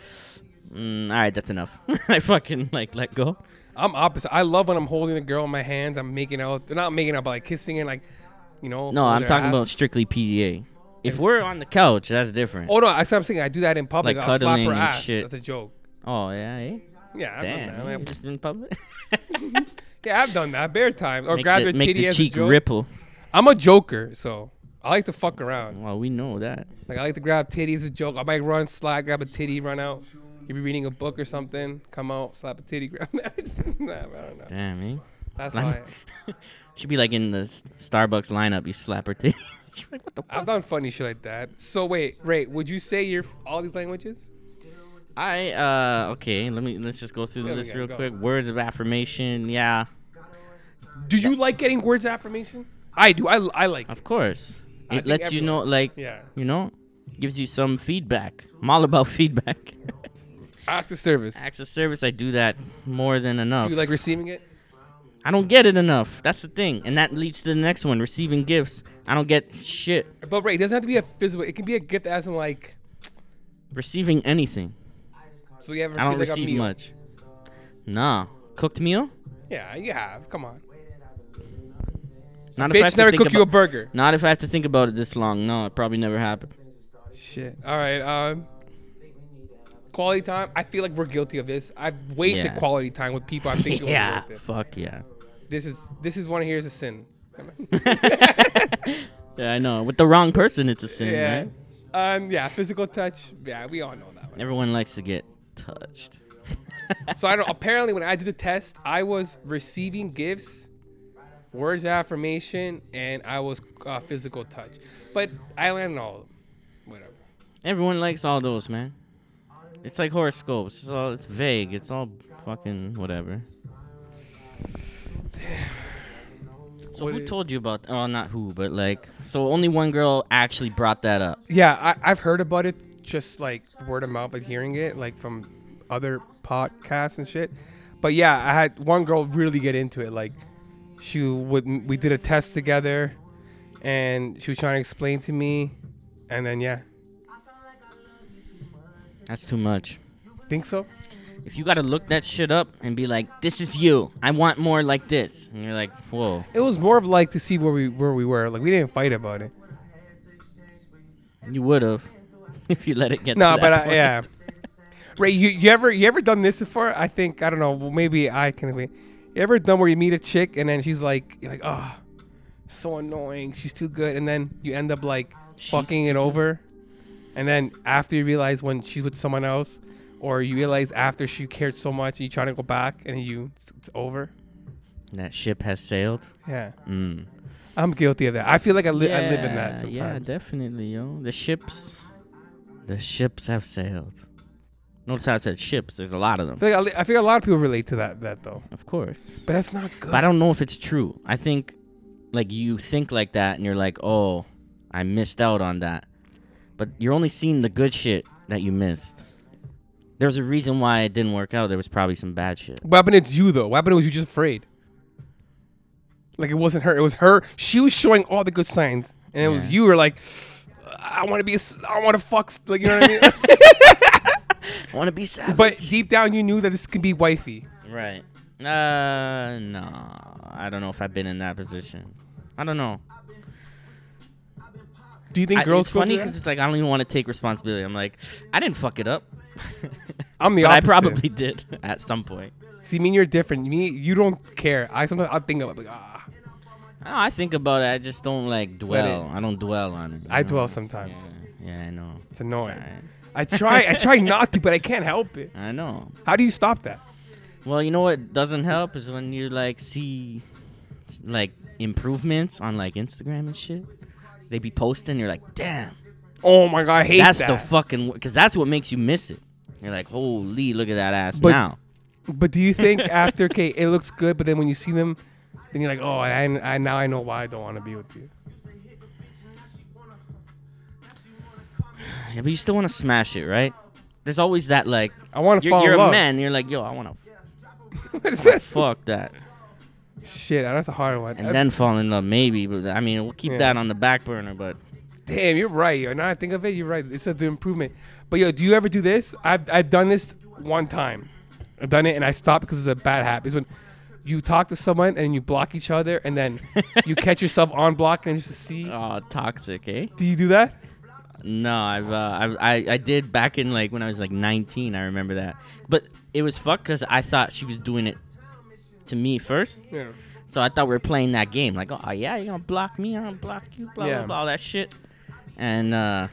Speaker 1: mm, all right, that's enough. I fucking like let go.
Speaker 2: I'm opposite. I love when I'm holding a girl in my hands. I'm making out. Not making out, but like kissing and like, you know.
Speaker 1: No,
Speaker 2: hold
Speaker 1: I'm
Speaker 2: their
Speaker 1: talking
Speaker 2: ass.
Speaker 1: about strictly PDA. If we're on the couch, that's different.
Speaker 2: Oh no, I am saying I do that in public.
Speaker 1: Like
Speaker 2: I'll slap
Speaker 1: cuddling
Speaker 2: her
Speaker 1: and
Speaker 2: ass.
Speaker 1: shit.
Speaker 2: That's a joke.
Speaker 1: Oh yeah, eh?
Speaker 2: Yeah, I've done that.
Speaker 1: damn,
Speaker 2: I
Speaker 1: eh?
Speaker 2: mean,
Speaker 1: just in public.
Speaker 2: yeah, I've done that. Bare time or
Speaker 1: make
Speaker 2: grab
Speaker 1: the,
Speaker 2: their
Speaker 1: make
Speaker 2: titty
Speaker 1: the
Speaker 2: as
Speaker 1: cheek
Speaker 2: a joke.
Speaker 1: ripple.
Speaker 2: I'm a joker, so I like to fuck around.
Speaker 1: Well, we know that.
Speaker 2: Like I like to grab titty as a joke. I might run, slide, grab a titty, run out. You be reading a book or something, come out, slap a titty, grab. nah, I don't know.
Speaker 1: Damn, eh?
Speaker 2: That's
Speaker 1: Slap.
Speaker 2: why
Speaker 1: She'd be like in the S- Starbucks lineup. You slap her titty. She's like, what the
Speaker 2: I've
Speaker 1: fuck?
Speaker 2: done funny shit like that. So wait, Ray, would you say you're all these languages?
Speaker 1: I uh okay. Let me let's just go through the
Speaker 2: Yeah, we
Speaker 1: list
Speaker 2: gotta
Speaker 1: real
Speaker 2: go.
Speaker 1: quick. Words of affirmation. Yeah,
Speaker 2: Do you like getting words of affirmation? I do. I, I like. it.
Speaker 1: of course. It
Speaker 2: I think
Speaker 1: lets you know,
Speaker 2: everyone-
Speaker 1: like,
Speaker 2: Yeah.
Speaker 1: you know, gives you some feedback. I'm all about feedback.
Speaker 2: Act of service.
Speaker 1: Acts of service. I do that more than enough.
Speaker 2: Do you like receiving it?
Speaker 1: I don't get it enough. That's the thing, and that leads to the next one: receiving gifts. I don't get shit
Speaker 2: But Ray, it doesn't have to be a physical. It can be a gift, as in like.
Speaker 1: receiving anything.
Speaker 2: So you ever
Speaker 1: I don't
Speaker 2: received, like, a
Speaker 1: receive
Speaker 2: meal?
Speaker 1: much. Nah, cooked meal.
Speaker 2: Yeah, you have. Come on.
Speaker 1: Not if I have
Speaker 2: Bitch
Speaker 1: to
Speaker 2: never
Speaker 1: think
Speaker 2: cook you a
Speaker 1: about-
Speaker 2: burger.
Speaker 1: Not if I have to think about it this long. No, it probably never happened.
Speaker 2: Shit. All right. Um, quality time. I feel like we're guilty of this. I've wasted
Speaker 1: Yeah.
Speaker 2: quality time with people I think it was
Speaker 1: yeah,
Speaker 2: worth
Speaker 1: fuck yeah.
Speaker 2: it. This is this is one here is a sin.
Speaker 1: Yeah, I know. With the wrong person, it's a sin,
Speaker 2: yeah.
Speaker 1: right?
Speaker 2: Um. Yeah. Physical touch. Yeah. We all know that one.
Speaker 1: Everyone likes to get touched.
Speaker 2: So I don't. Apparently, when I did the test, I was receiving gifts, words of affirmation, and I was uh, physical touch. But I landed on all of them. Whatever.
Speaker 1: Everyone likes all those, man. It's like horoscopes. It's all it's vague. It's all fucking whatever. So who
Speaker 2: Wait.
Speaker 1: told you about? Oh, not who, but like, so only one girl actually brought that up.
Speaker 2: Yeah, I, I've heard about it, just like word of mouth, like hearing it, like from other podcasts and shit. But yeah, I had one girl really get into it. Like, She would. We did a test together, and she was trying to explain to me, and then yeah,
Speaker 1: That's too much.
Speaker 2: think so.
Speaker 1: If you gotta look that shit up and be like, "This is you. I want more like this," and you're like, "Whoa,
Speaker 2: It was more of like to see where we where we were. Like we didn't fight about it.
Speaker 1: you would have if you let it get."
Speaker 2: No,
Speaker 1: to that
Speaker 2: but I,
Speaker 1: point.
Speaker 2: yeah. Ray, you, you ever you ever done this before? I think I don't know. well, Maybe I can. You ever done where you meet a chick and then she's like, you're like, oh, so annoying. She's too good, and then you end up like
Speaker 1: She's
Speaker 2: fucking it over, and then after you realize when she's with someone else, or you realize after she cared so much, you try to go back and you it's, it's over.
Speaker 1: That ship has sailed.
Speaker 2: Yeah,
Speaker 1: Mm.
Speaker 2: I'm guilty of that. I feel like I, li- I live in that sometimes.
Speaker 1: Yeah, definitely, yo. The ships, the ships have sailed. Notice how I said ships. There's a lot of
Speaker 2: I
Speaker 1: them,
Speaker 2: feel, like I, li- I feel a lot of people relate to that that though,
Speaker 1: of course.
Speaker 2: but that's not good.
Speaker 1: But I don't know if it's true. I think, like, you think like that, and you're like, "Oh, I missed out on that," but you're only seeing the good shit that you missed. There was a reason why it didn't work out. There was probably some bad shit.
Speaker 2: What happened? It's you though. What happened? Was you just afraid? Like it wasn't her. It was her. She was showing all the good signs, and it was
Speaker 1: Yeah.
Speaker 2: you. Were like, I want to be. A, s- I want to fuck. s- Like you know what I mean.
Speaker 1: I want to be savage.
Speaker 2: but deep down, you knew that this could be wifey.
Speaker 1: Right. Uh, no. I don't know if I've been in that position. I don't know.
Speaker 2: Do you think
Speaker 1: I-
Speaker 2: girls
Speaker 1: it's
Speaker 2: go
Speaker 1: funny
Speaker 2: through
Speaker 1: because
Speaker 2: that?
Speaker 1: it's like I don't even want to take responsibility. I'm like, I didn't fuck it up,
Speaker 2: I'm the
Speaker 1: but I
Speaker 2: opposite.
Speaker 1: probably did at some point.
Speaker 2: see. Me, and you're different. Me, you don't care. I sometimes I think about like ah.
Speaker 1: No, I think about it. I just don't like dwell.
Speaker 2: it-
Speaker 1: I don't dwell on it. you
Speaker 2: I
Speaker 1: know?
Speaker 2: dwell sometimes.
Speaker 1: Yeah, yeah, I know.
Speaker 2: It's annoying.
Speaker 1: alright.
Speaker 2: I try. I try not to, but I can't help it.
Speaker 1: I know.
Speaker 2: How do you stop that?
Speaker 1: Well, you know what doesn't help is when you like see like improvements on like Instagram and shit. They be posting. You're like, damn.
Speaker 2: Oh my god, I hate
Speaker 1: that's
Speaker 2: that.
Speaker 1: the fucking because that's what makes you miss it. You're like, holy, look at that ass
Speaker 2: But-
Speaker 1: now.
Speaker 2: But do you think after okay, it looks good, but then when you see them, then you're like, oh, I, I now I know why I don't want to be with you.
Speaker 1: Yeah, but you still want to smash it, right? There's always that like
Speaker 2: I want to
Speaker 1: you're,
Speaker 2: fall
Speaker 1: you're
Speaker 2: in
Speaker 1: a
Speaker 2: love.
Speaker 1: man. You're like, yo, I want to
Speaker 2: What is that?
Speaker 1: fuck that,
Speaker 2: Shit, that's a hard one.
Speaker 1: and
Speaker 2: Uh,
Speaker 1: then fall in love, maybe. But I mean, we'll keep
Speaker 2: Yeah.
Speaker 1: that on the back burner. But
Speaker 2: Damn, you're right. Yo. Now I think of it, you're right. It's a the improvement. But yo, do you ever do this? I've I've done this one time. I've done it and I stopped because it's a bad habit. It's when you talk to someone and you block each other, and then you catch yourself on block and just see.
Speaker 1: oh, toxic, eh?
Speaker 2: Do you do that?
Speaker 1: No, I've, uh, I've I I did back in like when I was like 19. I remember that, but it was fucked because I thought she was doing it to me first.
Speaker 2: Yeah.
Speaker 1: So I thought we were playing that game, like, oh yeah, you're gonna block me, I'm gonna block you, blah
Speaker 2: Yeah.
Speaker 1: blah blah, all that shit. And uh,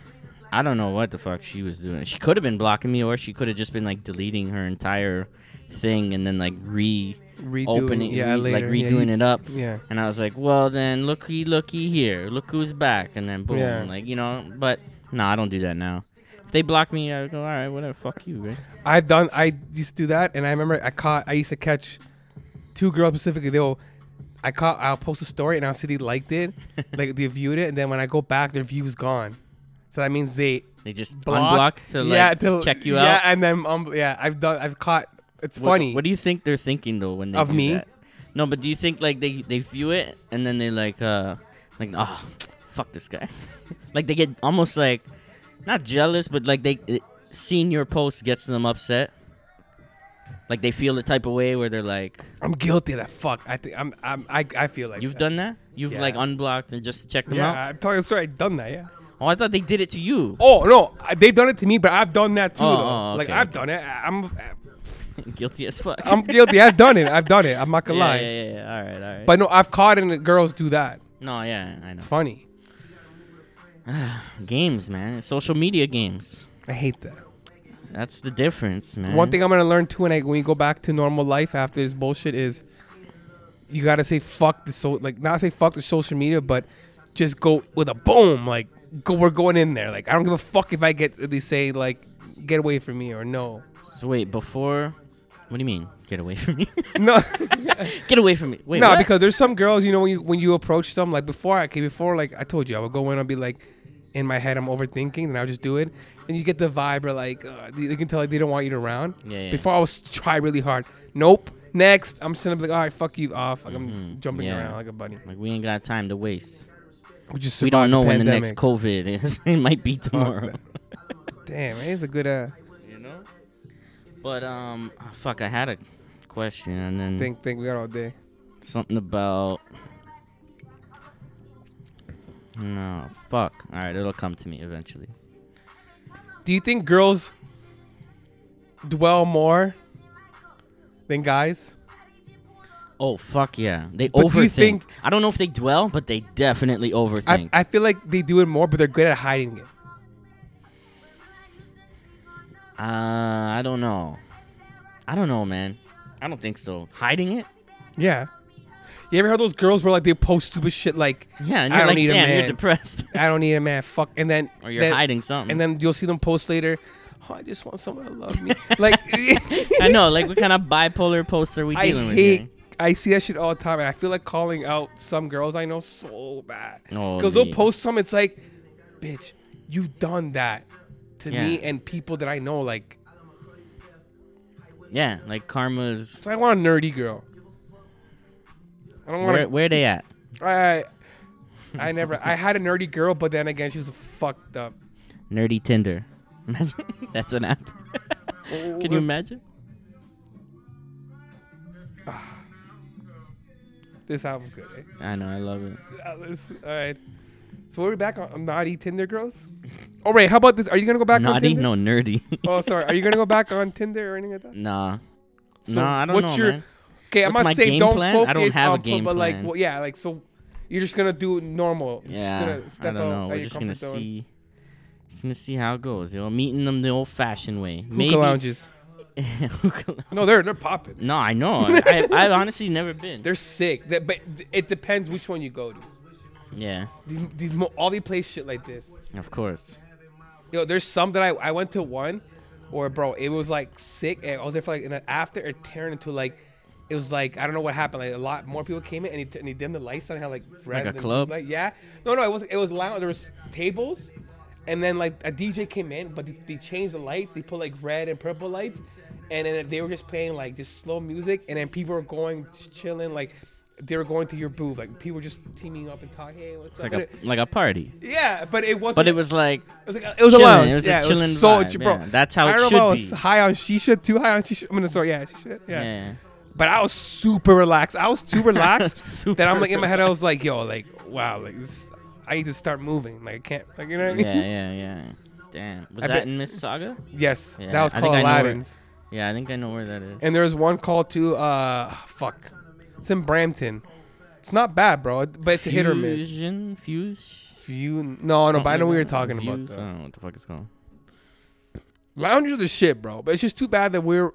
Speaker 1: I don't know what the fuck she was doing. She could have been blocking me, or she could have just been like deleting her entire thing and then like re
Speaker 2: Redo
Speaker 1: opening,
Speaker 2: Yeah,
Speaker 1: re- like
Speaker 2: later. Yeah,
Speaker 1: redoing
Speaker 2: you-
Speaker 1: it up.
Speaker 2: Yeah.
Speaker 1: And I was like, well then, looky looky here, look who's back, and then boom,
Speaker 2: Yeah.
Speaker 1: like you know. But no, I don't do that now. If they block me, I go, all right, whatever, fuck you, right?
Speaker 2: I've done. I used to do that, and I remember I caught. I used to catch two girls specifically. They'll, I caught. I'll post a story, and I'll see they liked it, like they viewed it, and then when I go back, their view's gone. So that means they
Speaker 1: They just
Speaker 2: block
Speaker 1: unblock to like
Speaker 2: to-
Speaker 1: check you
Speaker 2: Yeah,
Speaker 1: out.
Speaker 2: and then um, yeah, I've done. I've caught. It's
Speaker 1: What-
Speaker 2: funny.
Speaker 1: What, do you think they're thinking though when they
Speaker 2: Of
Speaker 1: do
Speaker 2: me?
Speaker 1: that? No, but do you think like they they view it and then they like uh like oh fuck this guy, like they get almost like not jealous but like they it, seeing your post gets them upset. Like they feel the type of way where they're like,
Speaker 2: I'm guilty of that. Fuck. I think I'm. I'm I, I feel like
Speaker 1: "You've
Speaker 2: that.
Speaker 1: done that. You've
Speaker 2: Yeah.
Speaker 1: like unblocked and just checked them
Speaker 2: Yeah,
Speaker 1: out."
Speaker 2: I'm telling you a story. I've done that. Yeah.
Speaker 1: Oh, I thought they did it to you.
Speaker 2: Oh no, I- they've done it to me, but I've done that too.
Speaker 1: Oh,
Speaker 2: though.
Speaker 1: oh,
Speaker 2: Like
Speaker 1: okay,
Speaker 2: I've
Speaker 1: okay.
Speaker 2: done it. I- I'm.
Speaker 1: Guilty as fuck.
Speaker 2: I'm guilty. I've done it. I've done it. I'm not
Speaker 1: yeah,
Speaker 2: gonna lie.
Speaker 1: yeah, yeah, yeah. All right, all right.
Speaker 2: But no, I've caught and the girls do that.
Speaker 1: no, yeah, I know.
Speaker 2: It's funny.
Speaker 1: Games, man. Social media games.
Speaker 2: I hate that.
Speaker 1: That's the difference, man.
Speaker 2: One thing I'm gonna learn too, when I when you go back to normal life after this bullshit is, you gotta say fuck the so like not say fuck the social media, but just go with a boom like go we're going in there like I don't give a fuck if I get if they say like get away from me or no
Speaker 1: So wait, before. What do you mean? Get away from me!
Speaker 2: no
Speaker 1: Get away from me! Wait,
Speaker 2: no
Speaker 1: what?
Speaker 2: because there's some girls you know when you when you approach them like before I okay, before like I told you I would go in and be like in my head I'm overthinking and I'll just do it and you get the vibe or like uh, they, they can tell like, they don't want you around
Speaker 1: Yeah, yeah.
Speaker 2: before I was try really hard nope Next, I'm just gonna be like, all right, fuck you off. Like I'm jumping
Speaker 1: Mm-hmm. Yeah.
Speaker 2: around like a bunny.
Speaker 1: Like we ain't got time to waste.
Speaker 2: We just
Speaker 1: We don't
Speaker 2: survived
Speaker 1: know when the next
Speaker 2: pandemic.
Speaker 1: COVID is. it might be tomorrow.
Speaker 2: Damn, man, it's a good uh,
Speaker 1: You know. But um, ah, fuck. I had a question and then
Speaker 2: thing. Thing we got all day.
Speaker 1: something about. No, fuck. All right, it'll come to me eventually.
Speaker 2: Do you think girls dwell more than guys?
Speaker 1: Oh fuck yeah, they
Speaker 2: But
Speaker 1: overthink.
Speaker 2: do you think-
Speaker 1: I don't know if they dwell, but they definitely overthink.
Speaker 2: I, I feel like they do it more, but they're good at hiding it.
Speaker 1: uh, I don't know. I don't know, man. I don't think so. Hiding it?
Speaker 2: Yeah. You ever heard those girls where like they post stupid shit like
Speaker 1: Yeah, and
Speaker 2: I
Speaker 1: you're
Speaker 2: don't
Speaker 1: like,
Speaker 2: need a
Speaker 1: damn, you're
Speaker 2: man."
Speaker 1: depressed,
Speaker 2: I don't need a man, fuck, and then
Speaker 1: or you're
Speaker 2: then-
Speaker 1: hiding something.
Speaker 2: and then you'll see them post later. Oh, I just want someone to love me. like
Speaker 1: I know, like, what kind of bipolar posts are we
Speaker 2: I
Speaker 1: dealing with? Here?
Speaker 2: hate. I see that shit all the time, and I feel like calling out some girls I know so bad.
Speaker 1: Oh,
Speaker 2: Because they'll
Speaker 1: yeah.
Speaker 2: post some, it's like, bitch, you've done that to me
Speaker 1: Yeah.
Speaker 2: and people that I know. Like,
Speaker 1: Yeah, like karma's.
Speaker 2: so I want a nerdy girl. I don't
Speaker 1: Where,
Speaker 2: want
Speaker 1: where they at?
Speaker 2: to. I, I never. I had a nerdy girl, but then again, she was fucked up.
Speaker 1: Nerdy Tinder. Imagine that's an app.
Speaker 2: Oh,
Speaker 1: Can you imagine?
Speaker 2: This album's good. Eh?
Speaker 1: I know, I love it.
Speaker 2: Uh, let's- all right. So we're back on naughty Tinder girls. All right. How about this? Are you gonna go back on
Speaker 1: Naughty?
Speaker 2: Tinder?
Speaker 1: No, nerdy.
Speaker 2: Oh, sorry. Are you gonna go back on Tinder or anything like that?
Speaker 1: nah.
Speaker 2: So
Speaker 1: no, I don't
Speaker 2: what's
Speaker 1: know,
Speaker 2: your-
Speaker 1: man.
Speaker 2: Okay, I'm
Speaker 1: What's my
Speaker 2: not saying
Speaker 1: game
Speaker 2: don't
Speaker 1: plan?
Speaker 2: focus
Speaker 1: I don't have a
Speaker 2: on,
Speaker 1: game
Speaker 2: but like,
Speaker 1: plan.
Speaker 2: well, yeah, like so, you're just gonna do normal.
Speaker 1: Yeah,
Speaker 2: You're just gonna
Speaker 1: I
Speaker 2: step
Speaker 1: don't
Speaker 2: out
Speaker 1: know.
Speaker 2: out
Speaker 1: We're
Speaker 2: your
Speaker 1: just gonna
Speaker 2: comfort zone.
Speaker 1: see. Just gonna see how it goes. You know, meeting them the old-fashioned way.
Speaker 2: Hookah
Speaker 1: Maybe.
Speaker 2: lounges.
Speaker 1: Hookah lou-
Speaker 2: No, they're they're popping.
Speaker 1: no, I know. I, I, I've honestly never been.
Speaker 2: They're sick. That, but it depends which one you go to.
Speaker 1: Yeah,
Speaker 2: These, these mo- all they play shit like this.
Speaker 1: of course.
Speaker 2: Yo, there's some that I, I went to one, or bro, it was like sick, and I was there for like, and then after it turned into like, it was like I don't know what happened. Like a lot more people came in, and he, t- and he dimmed the lights down. and had like red
Speaker 1: a
Speaker 2: and
Speaker 1: club?
Speaker 2: Like yeah, no, no, it was it was loud. There was tables, and then like a DJ came in, but they, they changed the lights. They put like red and purple lights, and then they were just playing like just slow music, and then people were going just chilling like. They were going to your booth, like people were just teaming up and talking. Hey, what's
Speaker 1: It's
Speaker 2: up?
Speaker 1: like a like a party,
Speaker 2: And it- yeah, but it wasn't.
Speaker 1: but it was like
Speaker 2: It was like it was
Speaker 1: Chilling,
Speaker 2: a lounge.
Speaker 1: it was a
Speaker 2: yeah,
Speaker 1: chilling
Speaker 2: it was so
Speaker 1: vibe,
Speaker 2: chi- bro.
Speaker 1: yeah. That's how
Speaker 2: I
Speaker 1: it
Speaker 2: don't know
Speaker 1: should
Speaker 2: if I was
Speaker 1: be.
Speaker 2: high on shisha, too high on shisha. I mean, sorry, yeah, shisha, yeah.
Speaker 1: yeah.
Speaker 2: But I was super relaxed. I was too relaxed
Speaker 1: Super
Speaker 2: that I'm like in my head. I was like, yo, like wow, like this. I need to start moving. Like I can't. Like you know what I mean?
Speaker 1: yeah, yeah, yeah. Damn, was
Speaker 2: I
Speaker 1: that
Speaker 2: bet-
Speaker 1: in Mississauga?
Speaker 2: Yes, that
Speaker 1: Yeah,
Speaker 2: was
Speaker 1: I think
Speaker 2: called
Speaker 1: I know where-
Speaker 2: Aladdin's.
Speaker 1: Yeah, I think I know where that is.
Speaker 2: And there was one called to uh, fuck. It's in Brampton. It's not bad, bro. it- But it's a hit or miss.
Speaker 1: Fusion, fuse.
Speaker 2: Few. No, no. But I know what you're talking about.
Speaker 1: I
Speaker 2: Though.
Speaker 1: don't know what the fuck it's called.
Speaker 2: Lounge are the shit, bro. But it's just too bad that we're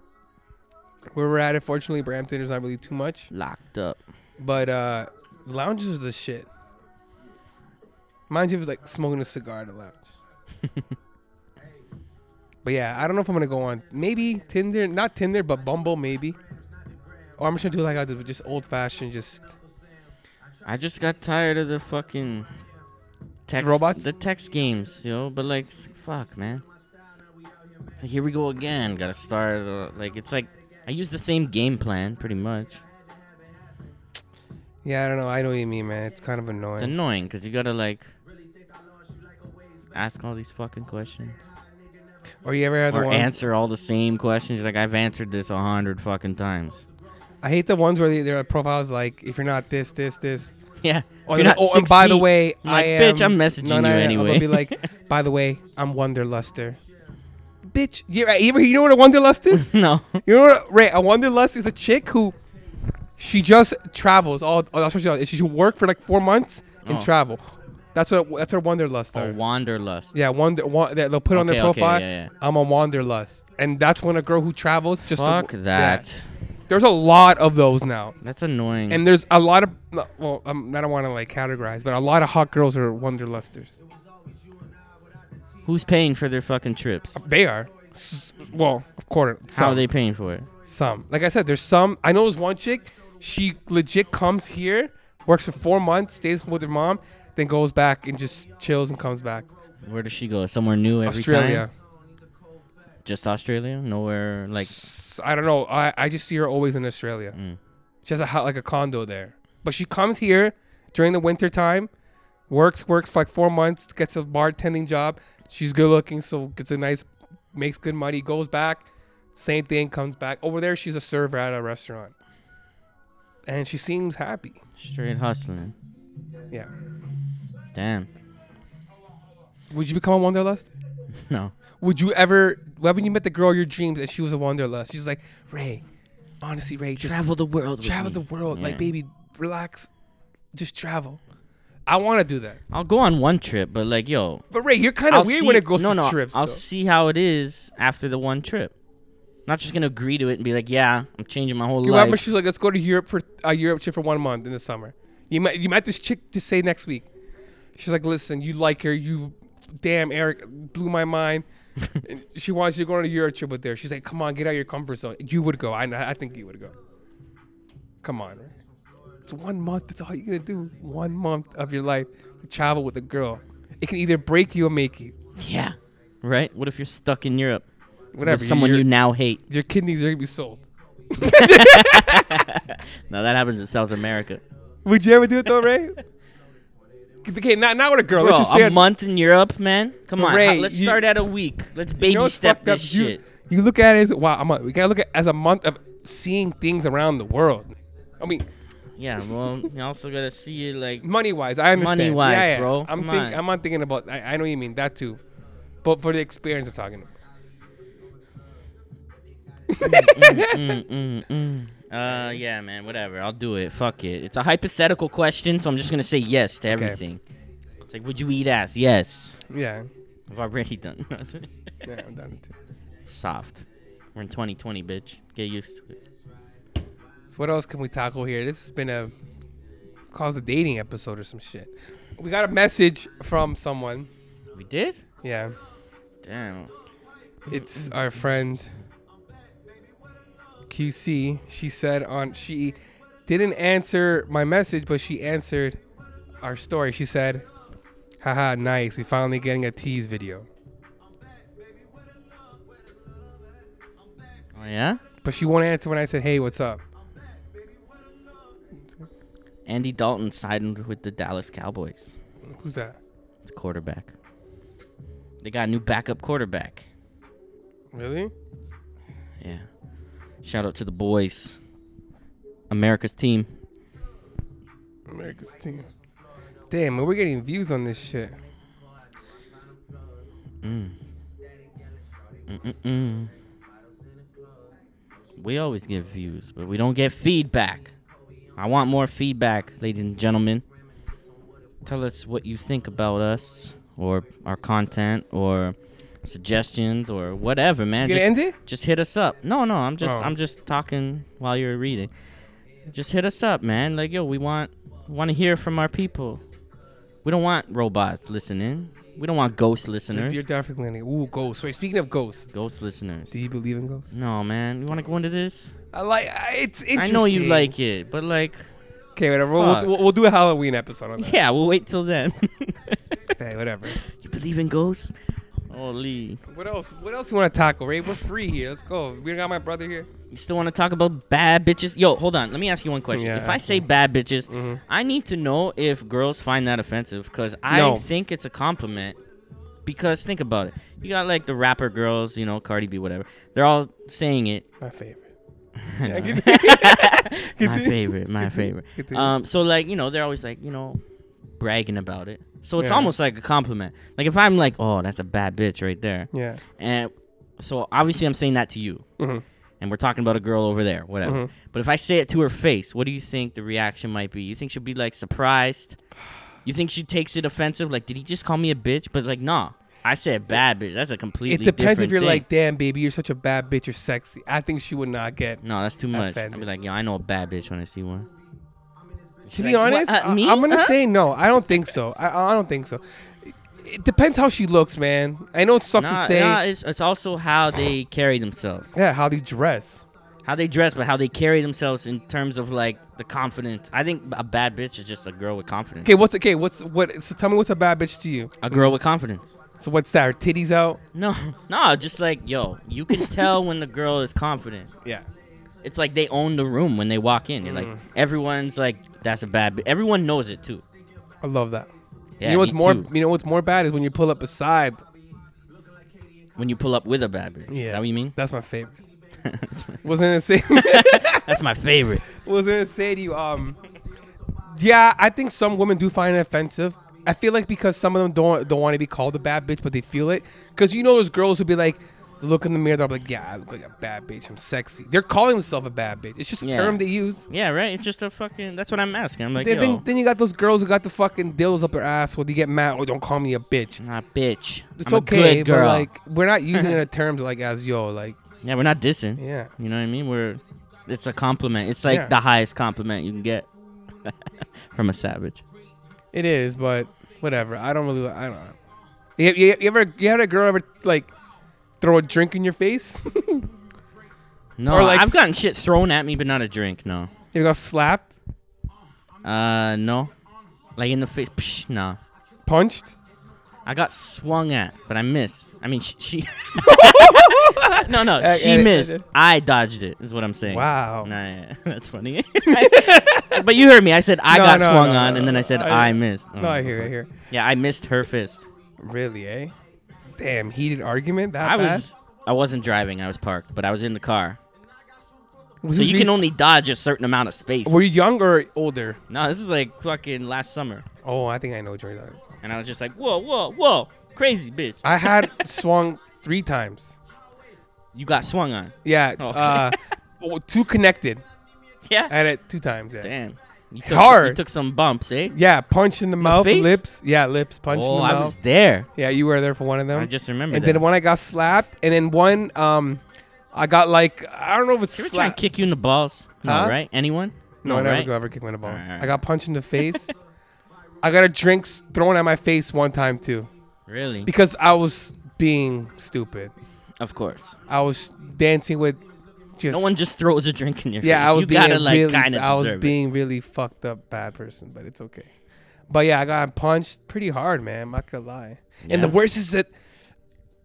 Speaker 2: where we're at. Unfortunately, Brampton is not really too much.
Speaker 1: Locked up.
Speaker 2: But uh lounges are the shit. Mind you, it was like smoking a cigar at a lounge. but yeah, I don't know if I'm gonna go on. Maybe Tinder, not Tinder, but Bumble, maybe. Or I'm just gonna do like I did, just old fashioned, just
Speaker 1: I just got tired of the fucking text
Speaker 2: Robots?
Speaker 1: the text games, yo. But like, it's like, fuck, man. It's Like, here we go again. Gotta start. Uh, like, it's like I use the same game plan pretty much.
Speaker 2: yeah. I don't know. I know what you mean, man. It's kind of annoying.
Speaker 1: It's annoying because you gotta like ask all these fucking questions
Speaker 2: or you ever had the
Speaker 1: or
Speaker 2: one?
Speaker 1: answer all the same questions. Like I've answered this a hundred fucking times.
Speaker 2: I hate the ones where they, their profiles like, if you're not this, this, this.
Speaker 1: Yeah.
Speaker 2: Or
Speaker 1: if you're
Speaker 2: they're
Speaker 1: not
Speaker 2: like, oh, and
Speaker 1: six
Speaker 2: by the
Speaker 1: feet,
Speaker 2: way,
Speaker 1: I'm
Speaker 2: I
Speaker 1: like,
Speaker 2: am.
Speaker 1: bitch, I'm messaging
Speaker 2: no,
Speaker 1: you
Speaker 2: no, no,
Speaker 1: anyway.
Speaker 2: I'm gonna be like, by the way, I'm Wonderluster. bitch, you uh, you ever you know what a Wonderlust is?
Speaker 1: no.
Speaker 2: You know what? Right, a wanderlust is a chick who she just travels. All all- she does is she work for like four months and
Speaker 1: Oh.
Speaker 2: travel. That's what that's her wanderlust.
Speaker 1: Oh,
Speaker 2: are.
Speaker 1: wanderlust.
Speaker 2: yeah, wander. Wa- they- they'll put on their
Speaker 1: Okay, okay,
Speaker 2: profile.
Speaker 1: yeah, yeah.
Speaker 2: I'm a wanderlust, and that's when a girl who travels just to-
Speaker 1: Fuck
Speaker 2: yeah.
Speaker 1: that.
Speaker 2: There's a lot of those now,
Speaker 1: That's annoying.
Speaker 2: and there's a lot of no, well, um, I don't want to like categorize, but a lot of hot girls are wanderlusters.
Speaker 1: Who's paying for their fucking trips?
Speaker 2: They are. S- well, of course.
Speaker 1: How are
Speaker 2: some.
Speaker 1: they paying for it?
Speaker 2: Some. Like I said, there's some. I know there's one chick. She legit comes here, works for four months, stays home with her mom, then goes back and just chills and comes back.
Speaker 1: Where does she go? Somewhere new every
Speaker 2: Australia.
Speaker 1: time. Just Australia? Nowhere like
Speaker 2: S- I don't know. I, I just see her always in Australia. She has a hou- like a condo there, but she comes here during the winter time, works works for like four months, gets a bartending job. She's good looking, so gets a nice, makes good money. Goes back, same thing. Comes back over there. She's a server at a restaurant, and she seems happy.
Speaker 1: straight hustling.
Speaker 2: Yeah.
Speaker 1: Damn.
Speaker 2: Would you become a wanderlust?
Speaker 1: No.
Speaker 2: Would you ever? When you met the girl of your dreams and she was a wanderlust, she's like, Ray, honestly, Ray, just
Speaker 1: Travel the world. with
Speaker 2: travel
Speaker 1: me.
Speaker 2: the world like
Speaker 1: Yeah.
Speaker 2: baby relax just travel i want to do that
Speaker 1: I'll go on one trip, but like yo,
Speaker 2: but ray you're kind
Speaker 1: I'll
Speaker 2: of weird
Speaker 1: see,
Speaker 2: when it goes
Speaker 1: no,
Speaker 2: to
Speaker 1: no,
Speaker 2: trips
Speaker 1: I'll
Speaker 2: though.
Speaker 1: see how it is after the one trip. not just gonna agree to it and be like, yeah, I'm changing my whole
Speaker 2: You remember
Speaker 1: life.
Speaker 2: she's like let's go to europe for a europe trip for one month in the summer you might you might this chick to say next week she's like listen you like her you damn eric blew my mind And she wants you to go on a europe trip with her she's like come on get out of your comfort zone you would go i, know- I think you would go come on Ray. it's one month that's all you're gonna do one month of your life to travel with a girl it can either break you or make you
Speaker 1: Yeah. Right? What if you're stuck in Europe
Speaker 2: whatever
Speaker 1: with someone
Speaker 2: your,
Speaker 1: you now hate?
Speaker 2: your kidneys are gonna be sold
Speaker 1: Now that happens in South America.
Speaker 2: would you ever do it though ray okay not, not with a girl
Speaker 1: Bro,
Speaker 2: let's just say
Speaker 1: a month in Europe, man. Come on,
Speaker 2: Ray,
Speaker 1: how- let's
Speaker 2: you-
Speaker 1: start at a week. Let's baby
Speaker 2: You know what's
Speaker 1: step
Speaker 2: fucked up?
Speaker 1: this
Speaker 2: You-
Speaker 1: shit.
Speaker 2: You, look at it as wow, a month. We gotta look at it as a month of seeing things around the world. I mean,
Speaker 1: Yeah, well, you also gotta see it like
Speaker 2: money wise, I understand.
Speaker 1: Money-wise,
Speaker 2: yeah, yeah.
Speaker 1: bro.
Speaker 2: I'm
Speaker 1: Come
Speaker 2: think,
Speaker 1: on.
Speaker 2: I'm not thinking about. I, I know what you mean that too, but for the experience of talking.
Speaker 1: Uh, yeah, man, whatever. I'll do it. Fuck it. It's a hypothetical question, so I'm just gonna say yes to everything. It's like, would you eat ass? Yes.
Speaker 2: Yeah,
Speaker 1: I've already done.
Speaker 2: yeah, I'm done too.
Speaker 1: Soft. We're in 2020, bitch. Get used to it.
Speaker 2: So what else can we tackle here? This has been a cause a dating episode or some shit. We got a message from someone.
Speaker 1: We did?
Speaker 2: Yeah,
Speaker 1: Damn.
Speaker 2: it's our friend QC. She said on she didn't answer my message, but she answered our story. She said, "Haha, nice. We finally getting a tease video."
Speaker 1: Oh yeah.
Speaker 2: But she won't answer when I said, "Hey, what's up?"
Speaker 1: Andy Dalton signed with the Dallas Cowboys.
Speaker 2: Who's that?
Speaker 1: It's quarterback. They got a new backup quarterback.
Speaker 2: Really?
Speaker 1: Yeah. Shout out to the boys. America's team.
Speaker 2: America's team. Damn, man, we're getting views on this shit.
Speaker 1: Mm-mm. We always get views, but we don't get feedback. I want more feedback, ladies and gentlemen. Tell us what you think about us or our content or suggestions or whatever, man.
Speaker 2: You gonna
Speaker 1: Just,
Speaker 2: end it?
Speaker 1: just hit us up. No, no, I'm just
Speaker 2: Oh.
Speaker 1: I'm just talking while you're reading. Just hit us up, man. Like yo, we want want to hear from our people. We don't want robots listening. We don't want ghost listeners.
Speaker 2: You're definitely landing. Ooh, ghosts. Wait, speaking of ghosts,
Speaker 1: Ghost listeners.
Speaker 2: do you believe in ghosts?
Speaker 1: No, man. You want to go into this?
Speaker 2: I like. I, it's interesting.
Speaker 1: I know you like it, but like,
Speaker 2: Okay, whatever. We'll,
Speaker 1: Fuck.
Speaker 2: we'll, we'll do a Halloween episode on that.
Speaker 1: yeah, we'll wait till then.
Speaker 2: Hey, whatever.
Speaker 1: you believe in ghosts? Holy.
Speaker 2: What else? What else you want to tackle, Ray? We're free here. Let's go. We got my brother here.
Speaker 1: You still want to talk about bad bitches? Yo, hold on. Let me Mm-hmm. ask you one question.
Speaker 2: Yeah,
Speaker 1: if I
Speaker 2: ask
Speaker 1: say bad bitches, I need to know if girls find that offensive because I
Speaker 2: No.
Speaker 1: think it's a compliment. Because think about it. You got like the rapper girls, you know, Cardi B, whatever. They're all saying it.
Speaker 2: My favorite.
Speaker 1: my favorite, my favorite.
Speaker 2: Continue.
Speaker 1: Um, so like you know, they're always like you know, bragging about it. So it's
Speaker 2: Yeah.
Speaker 1: almost like a compliment. Like if I'm like, oh, that's a bad bitch right there,
Speaker 2: Yeah.
Speaker 1: and so obviously I'm saying that to you,
Speaker 2: Mhm.
Speaker 1: and we're talking about a girl over there, whatever.
Speaker 2: Mm-hmm.
Speaker 1: But if I say it to her face, what do you think the reaction might be? You think she'll be like surprised? You think she takes it offensive? Like, did he just call me a bitch? But like, nah, I said bad bitch. That's a completely.
Speaker 2: It depends if
Speaker 1: different
Speaker 2: you're
Speaker 1: thing.
Speaker 2: like, damn, baby, you're such a bad bitch. You're sexy. I think she would not get.
Speaker 1: No, that's too much. I'd
Speaker 2: Offended.
Speaker 1: be like, yo, I know a bad bitch when I see one.
Speaker 2: To
Speaker 1: like,
Speaker 2: be honest,
Speaker 1: what, uh,
Speaker 2: I,
Speaker 1: me?
Speaker 2: am gonna
Speaker 1: Huh?
Speaker 2: say no. I don't think so. I, I don't think so. It depends how she looks, man. I know it sucks
Speaker 1: Nah,
Speaker 2: to say.
Speaker 1: nah, it's, it's also how they carry themselves,
Speaker 2: yeah, how they dress.
Speaker 1: how they dress, but how they carry themselves in terms of like the confidence. I think a bad bitch is just a girl with confidence.
Speaker 2: Okay, what's okay? What's what? So tell me, what's a bad bitch to you?
Speaker 1: A girl with confidence.
Speaker 2: So what's that? Her titties out?
Speaker 1: No, no, just like yo, you can tell when the girl is confident.
Speaker 2: Yeah.
Speaker 1: It's like they own the room when they walk in. You're
Speaker 2: Mm.
Speaker 1: like everyone's like that's a bad. bi-" Everyone knows it too.
Speaker 2: I love that.
Speaker 1: Yeah,
Speaker 2: you know what's
Speaker 1: me
Speaker 2: more?
Speaker 1: too.
Speaker 2: You know what's more bad is when you pull up beside.
Speaker 1: when you pull up with a bad bitch. Yeah, is that what you mean?
Speaker 2: That's my favorite. Wasn't gonna say.
Speaker 1: That's my favorite.
Speaker 2: was gonna say to you, um, yeah, I think some women do find it offensive. I feel like because some of them don't don't want to be called a bad bitch, but they feel it. Cause you know those girls who be like, look in the mirror, they're like, yeah, I look like a bad bitch. I'm sexy. They're calling themselves a bad bitch. It's just a
Speaker 1: Yeah.
Speaker 2: term they use.
Speaker 1: Yeah, right. It's just a fucking. That's what I'm asking. I'm like,
Speaker 2: Then,
Speaker 1: yo,
Speaker 2: then, then you got those girls who got the fucking dildos up their ass. Well, they get mad. Oh, don't call me a bitch.
Speaker 1: nah, bitch.
Speaker 2: It's
Speaker 1: I'm a
Speaker 2: okay,
Speaker 1: good girl.
Speaker 2: but like we're not using it in terms like as yo, like
Speaker 1: yeah, we're not dissing.
Speaker 2: yeah.
Speaker 1: You know what I mean? We're. It's a compliment. It's like
Speaker 2: Yeah.
Speaker 1: the highest compliment you can get from a savage.
Speaker 2: It is, but whatever. I don't really. I don't. You, you, you ever you had a girl ever like throw a drink in your face?
Speaker 1: No,
Speaker 2: Or, like,
Speaker 1: I've gotten
Speaker 2: s-
Speaker 1: shit thrown at me, but not a drink. No.
Speaker 2: you got slapped,
Speaker 1: Uh, no. Like in the face. Psh, nah.
Speaker 2: punched?
Speaker 1: I got swung at, but I missed. I mean, sh- she. no, no,
Speaker 2: Uh,
Speaker 1: she
Speaker 2: edit,
Speaker 1: missed.
Speaker 2: edit.
Speaker 1: I dodged it. Is what I'm saying.
Speaker 2: Wow.
Speaker 1: Nah, yeah, that's funny. but you heard me. I said I
Speaker 2: No,
Speaker 1: got
Speaker 2: no,
Speaker 1: swung
Speaker 2: no,
Speaker 1: on,
Speaker 2: no,
Speaker 1: and then I said
Speaker 2: I-
Speaker 1: I, missed. Oh,
Speaker 2: no, I hear,
Speaker 1: fuck.
Speaker 2: I hear.
Speaker 1: Yeah, I missed her fist.
Speaker 2: Really, eh? Damn, heated argument. That
Speaker 1: I
Speaker 2: bad?
Speaker 1: was. I wasn't driving. I was parked, but I was in the car.
Speaker 2: Was
Speaker 1: So
Speaker 2: this
Speaker 1: you can
Speaker 2: rec-
Speaker 1: only dodge a certain amount of space.
Speaker 2: Were you young or older?
Speaker 1: no, this is like fucking last summer,
Speaker 2: Oh, I think I know what you're talking. about.
Speaker 1: and I was just like, whoa, whoa, whoa, crazy bitch.
Speaker 2: I had swung three times.
Speaker 1: you got swung on.
Speaker 2: Yeah,
Speaker 1: Okay.
Speaker 2: uh, oh, two connected.
Speaker 1: Yeah.
Speaker 2: I had it two times. Yeah.
Speaker 1: Damn. You took Some, you
Speaker 2: Hard.
Speaker 1: took some bumps, eh?
Speaker 2: Yeah, punch in the mouth,
Speaker 1: face?
Speaker 2: lips. Yeah, lips, punch in
Speaker 1: oh,
Speaker 2: the
Speaker 1: I
Speaker 2: mouth.
Speaker 1: was there.
Speaker 2: Yeah, you were there for one of them.
Speaker 1: I just remember
Speaker 2: and
Speaker 1: that.
Speaker 2: then one I got slapped, and then one um, I got like I don't know if it's
Speaker 1: She was trying
Speaker 2: slap-
Speaker 1: to kick you in the balls. No,
Speaker 2: Huh?
Speaker 1: right? Anyone?
Speaker 2: No, I never
Speaker 1: right?
Speaker 2: go ever kick me in the balls.
Speaker 1: Alright, alright.
Speaker 2: I got punched in the face. I got a drink s- thrown at my face one time too
Speaker 1: Really?
Speaker 2: because I was being stupid.
Speaker 1: of course.
Speaker 2: I was dancing with just
Speaker 1: No one just throws a drink in your face.
Speaker 2: yeah. I was
Speaker 1: you
Speaker 2: being
Speaker 1: gotta like
Speaker 2: really,
Speaker 1: kind of
Speaker 2: I was
Speaker 1: deserve it.
Speaker 2: being really fucked up bad person, but it's okay. But yeah, I got punched pretty hard, man. I'm not gonna lie. And the
Speaker 1: Yeah.
Speaker 2: worst is that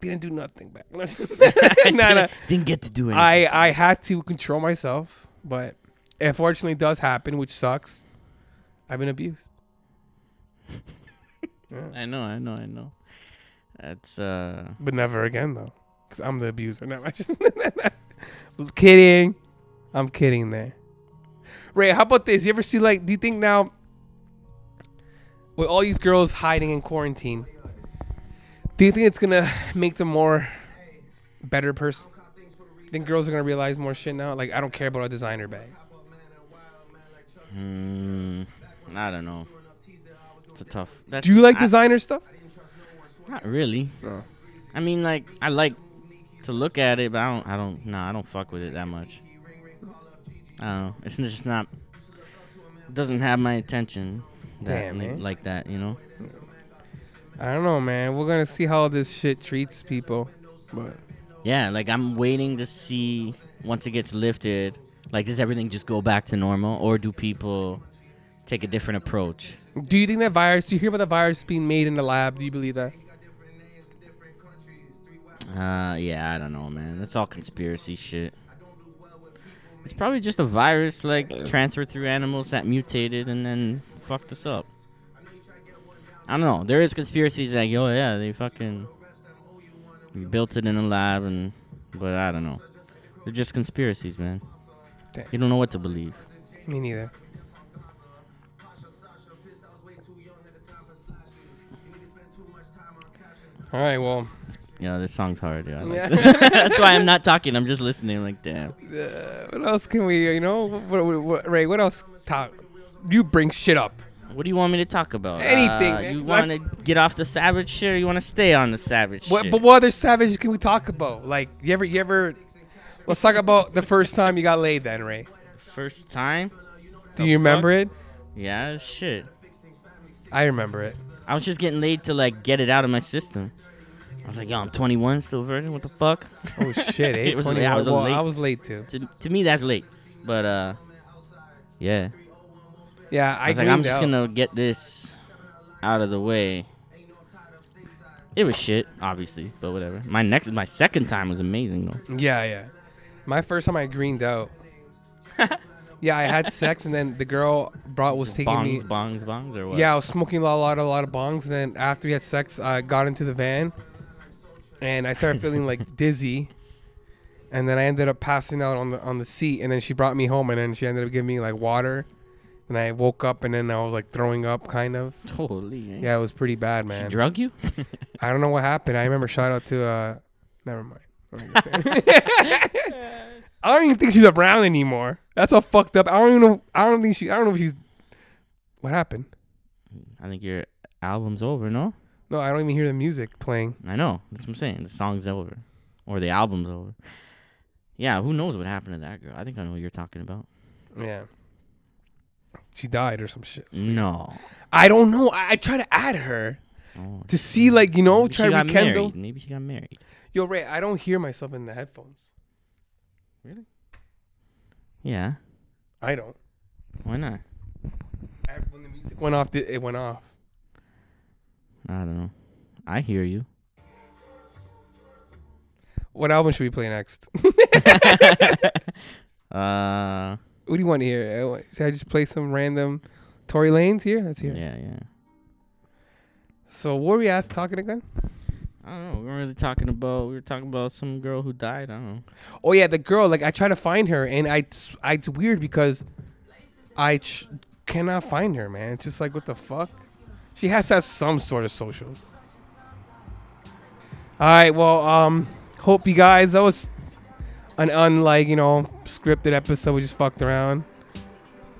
Speaker 2: they didn't do nothing back. no,
Speaker 1: I
Speaker 2: no.
Speaker 1: didn't, didn't get to do anything.
Speaker 2: I I had to control myself, but unfortunately, it does happen, which sucks. I've been abused.
Speaker 1: I know, I know, I know. That's uh
Speaker 2: But never again, though, because I'm the abuser. No, I'm just kidding. I'm kidding there. Ray, how about this? You ever see like? Do you think now, with all these girls hiding in quarantine, do you think it's gonna make them more better person? I think girls are gonna realize more shit now. Like, I don't care about a designer bag.
Speaker 1: mm, I don't know. It's a tough that's,
Speaker 2: Do you like
Speaker 1: I-
Speaker 2: designer stuff?
Speaker 1: Not really.
Speaker 2: No.
Speaker 1: I mean like I like to look at it, but I don't I don't no, I don't fuck with it that much. I don't know. It's just not doesn't have my attention that
Speaker 2: Damn,
Speaker 1: like,
Speaker 2: man.
Speaker 1: like that, you know?
Speaker 2: I don't know, man. We're gonna see how this shit treats people. But
Speaker 1: Yeah, like I'm waiting to see once it gets lifted, like does everything just go back to normal or do people take a different approach?
Speaker 2: do you think that virus? Do you hear about the virus being made in the lab? Do you believe that?
Speaker 1: Uh yeah, I don't know, man. That's all conspiracy shit. It's probably just a virus like transferred through animals that mutated and then fucked us up. I don't know. There is conspiracies like, oh yeah, they fucking built it in a lab and but I don't know. They're just conspiracies, man.
Speaker 2: Damn.
Speaker 1: You don't know what to believe.
Speaker 2: Me neither. All right, well,
Speaker 1: Yeah, this song's hard. Yeah, I like
Speaker 2: Yeah.
Speaker 1: this. that's why I'm not talking. I'm just listening. I'm like, damn.
Speaker 2: uh, what else can we, you know, what, what, what, Ray? What else? Talk. You bring shit up.
Speaker 1: What do you want me to talk about?
Speaker 2: Anything,
Speaker 1: Uh,
Speaker 2: man.
Speaker 1: you
Speaker 2: Life-
Speaker 1: want to get off the savage shit, or you want to stay on the savage
Speaker 2: What,
Speaker 1: shit?
Speaker 2: but what other savage can we talk about? Like, you ever, you ever? Let's talk about the first time you got laid, then, Ray.
Speaker 1: First time?
Speaker 2: Do
Speaker 1: The
Speaker 2: you remember it?
Speaker 1: Yeah, shit.
Speaker 2: I remember it.
Speaker 1: I was just getting laid to like get it out of my system. I was like, yo, I'm 21, still virgin. What the fuck?
Speaker 2: Oh shit, eh?
Speaker 1: It was-
Speaker 2: 21.
Speaker 1: I was a
Speaker 2: Well,
Speaker 1: late-
Speaker 2: I was late too.
Speaker 1: to, to me, that's late. But uh, yeah.
Speaker 2: Yeah, I,
Speaker 1: I was like, I'm
Speaker 2: greened
Speaker 1: just
Speaker 2: out.
Speaker 1: gonna get this out of the way. It was shit, obviously, but whatever. My next, my second time was amazing though.
Speaker 2: Yeah, yeah. My first time I greened out. yeah, I had sex and then the girl brought was taking
Speaker 1: bongs,
Speaker 2: me.
Speaker 1: bongs, bongs, or what?
Speaker 2: Yeah, I was smoking a lot, lot, a lot of bongs. And then after we had sex, I got into the van, and I started feeling like dizzy, and then I ended up passing out on the on the seat. And then she brought me home, and then she ended up giving me like water, and I woke up, and then I was like throwing up, kind of.
Speaker 1: Holy. eh?
Speaker 2: Yeah, it was pretty bad,
Speaker 1: She
Speaker 2: man.
Speaker 1: drug you?
Speaker 2: I don't know what happened. I remember shout out to uh, never mind. What am I gonna say? I don't even think she's around anymore. That's all fucked up. I don't even know. I don't think she. I don't know if she's. What happened?
Speaker 1: I think your album's over, no?
Speaker 2: No, I don't even hear the music playing.
Speaker 1: I know. That's what I'm saying. The song's over. Or the album's over. Yeah, who knows what happened to that girl? I think I know what you're talking about.
Speaker 2: Yeah. She died or some shit.
Speaker 1: No.
Speaker 2: I don't know. I, I try to add her
Speaker 1: Oh,
Speaker 2: to see, like, you know,
Speaker 1: maybe
Speaker 2: try to
Speaker 1: got
Speaker 2: rekindle.
Speaker 1: married. Maybe she got married.
Speaker 2: Yo, Ray, I don't hear myself in the headphones.
Speaker 1: Yeah.
Speaker 2: I don't.
Speaker 1: Why not?
Speaker 2: I, when the music went off, it it went off.
Speaker 1: I don't know. I hear you.
Speaker 2: What album should we play next?
Speaker 1: Uh,
Speaker 2: what do you want to hear? I want- Should I just play some random Tory Lanes here? Let's hear.
Speaker 1: yeah,
Speaker 2: it.
Speaker 1: yeah.
Speaker 2: So, what were we asked talking again?
Speaker 1: I don't know. We weren't really talking about. We were talking about some girl who died. I don't know.
Speaker 2: Oh yeah, the girl. Like I try to find her, and I, I it's weird because I ch- cannot find her, man. It's just like what the fuck. She has to have some sort of socials. All right, well, um, hope you guys. That was an unlike you know scripted episode. We just fucked around.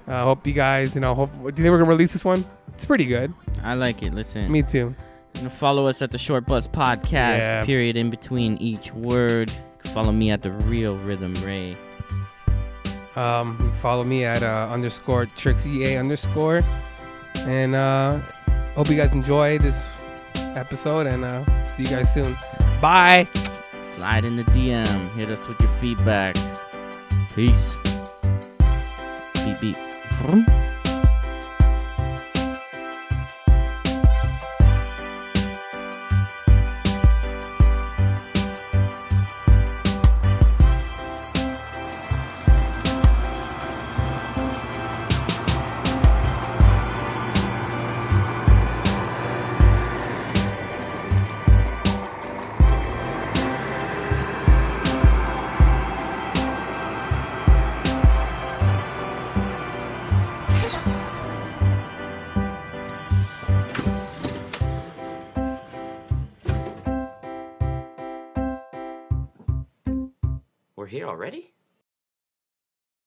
Speaker 2: I hope you guys, you know, hope. Do you think we're gonna release this one? It's pretty good.
Speaker 1: I like it. Listen.
Speaker 2: Me too.
Speaker 1: You can follow us at the Short Bus Podcast,
Speaker 2: Yeah.
Speaker 1: period in between each word. You can Follow me at the Real Rhythm Ray.
Speaker 2: Um, you can follow me at uh, underscore Trixie A underscore, and uh, hope you guys enjoy this episode, and uh, see you guys soon. Bye.
Speaker 1: Slide in the DM. Hit us with your feedback. Peace. Beep beep. Vroom. We're here already?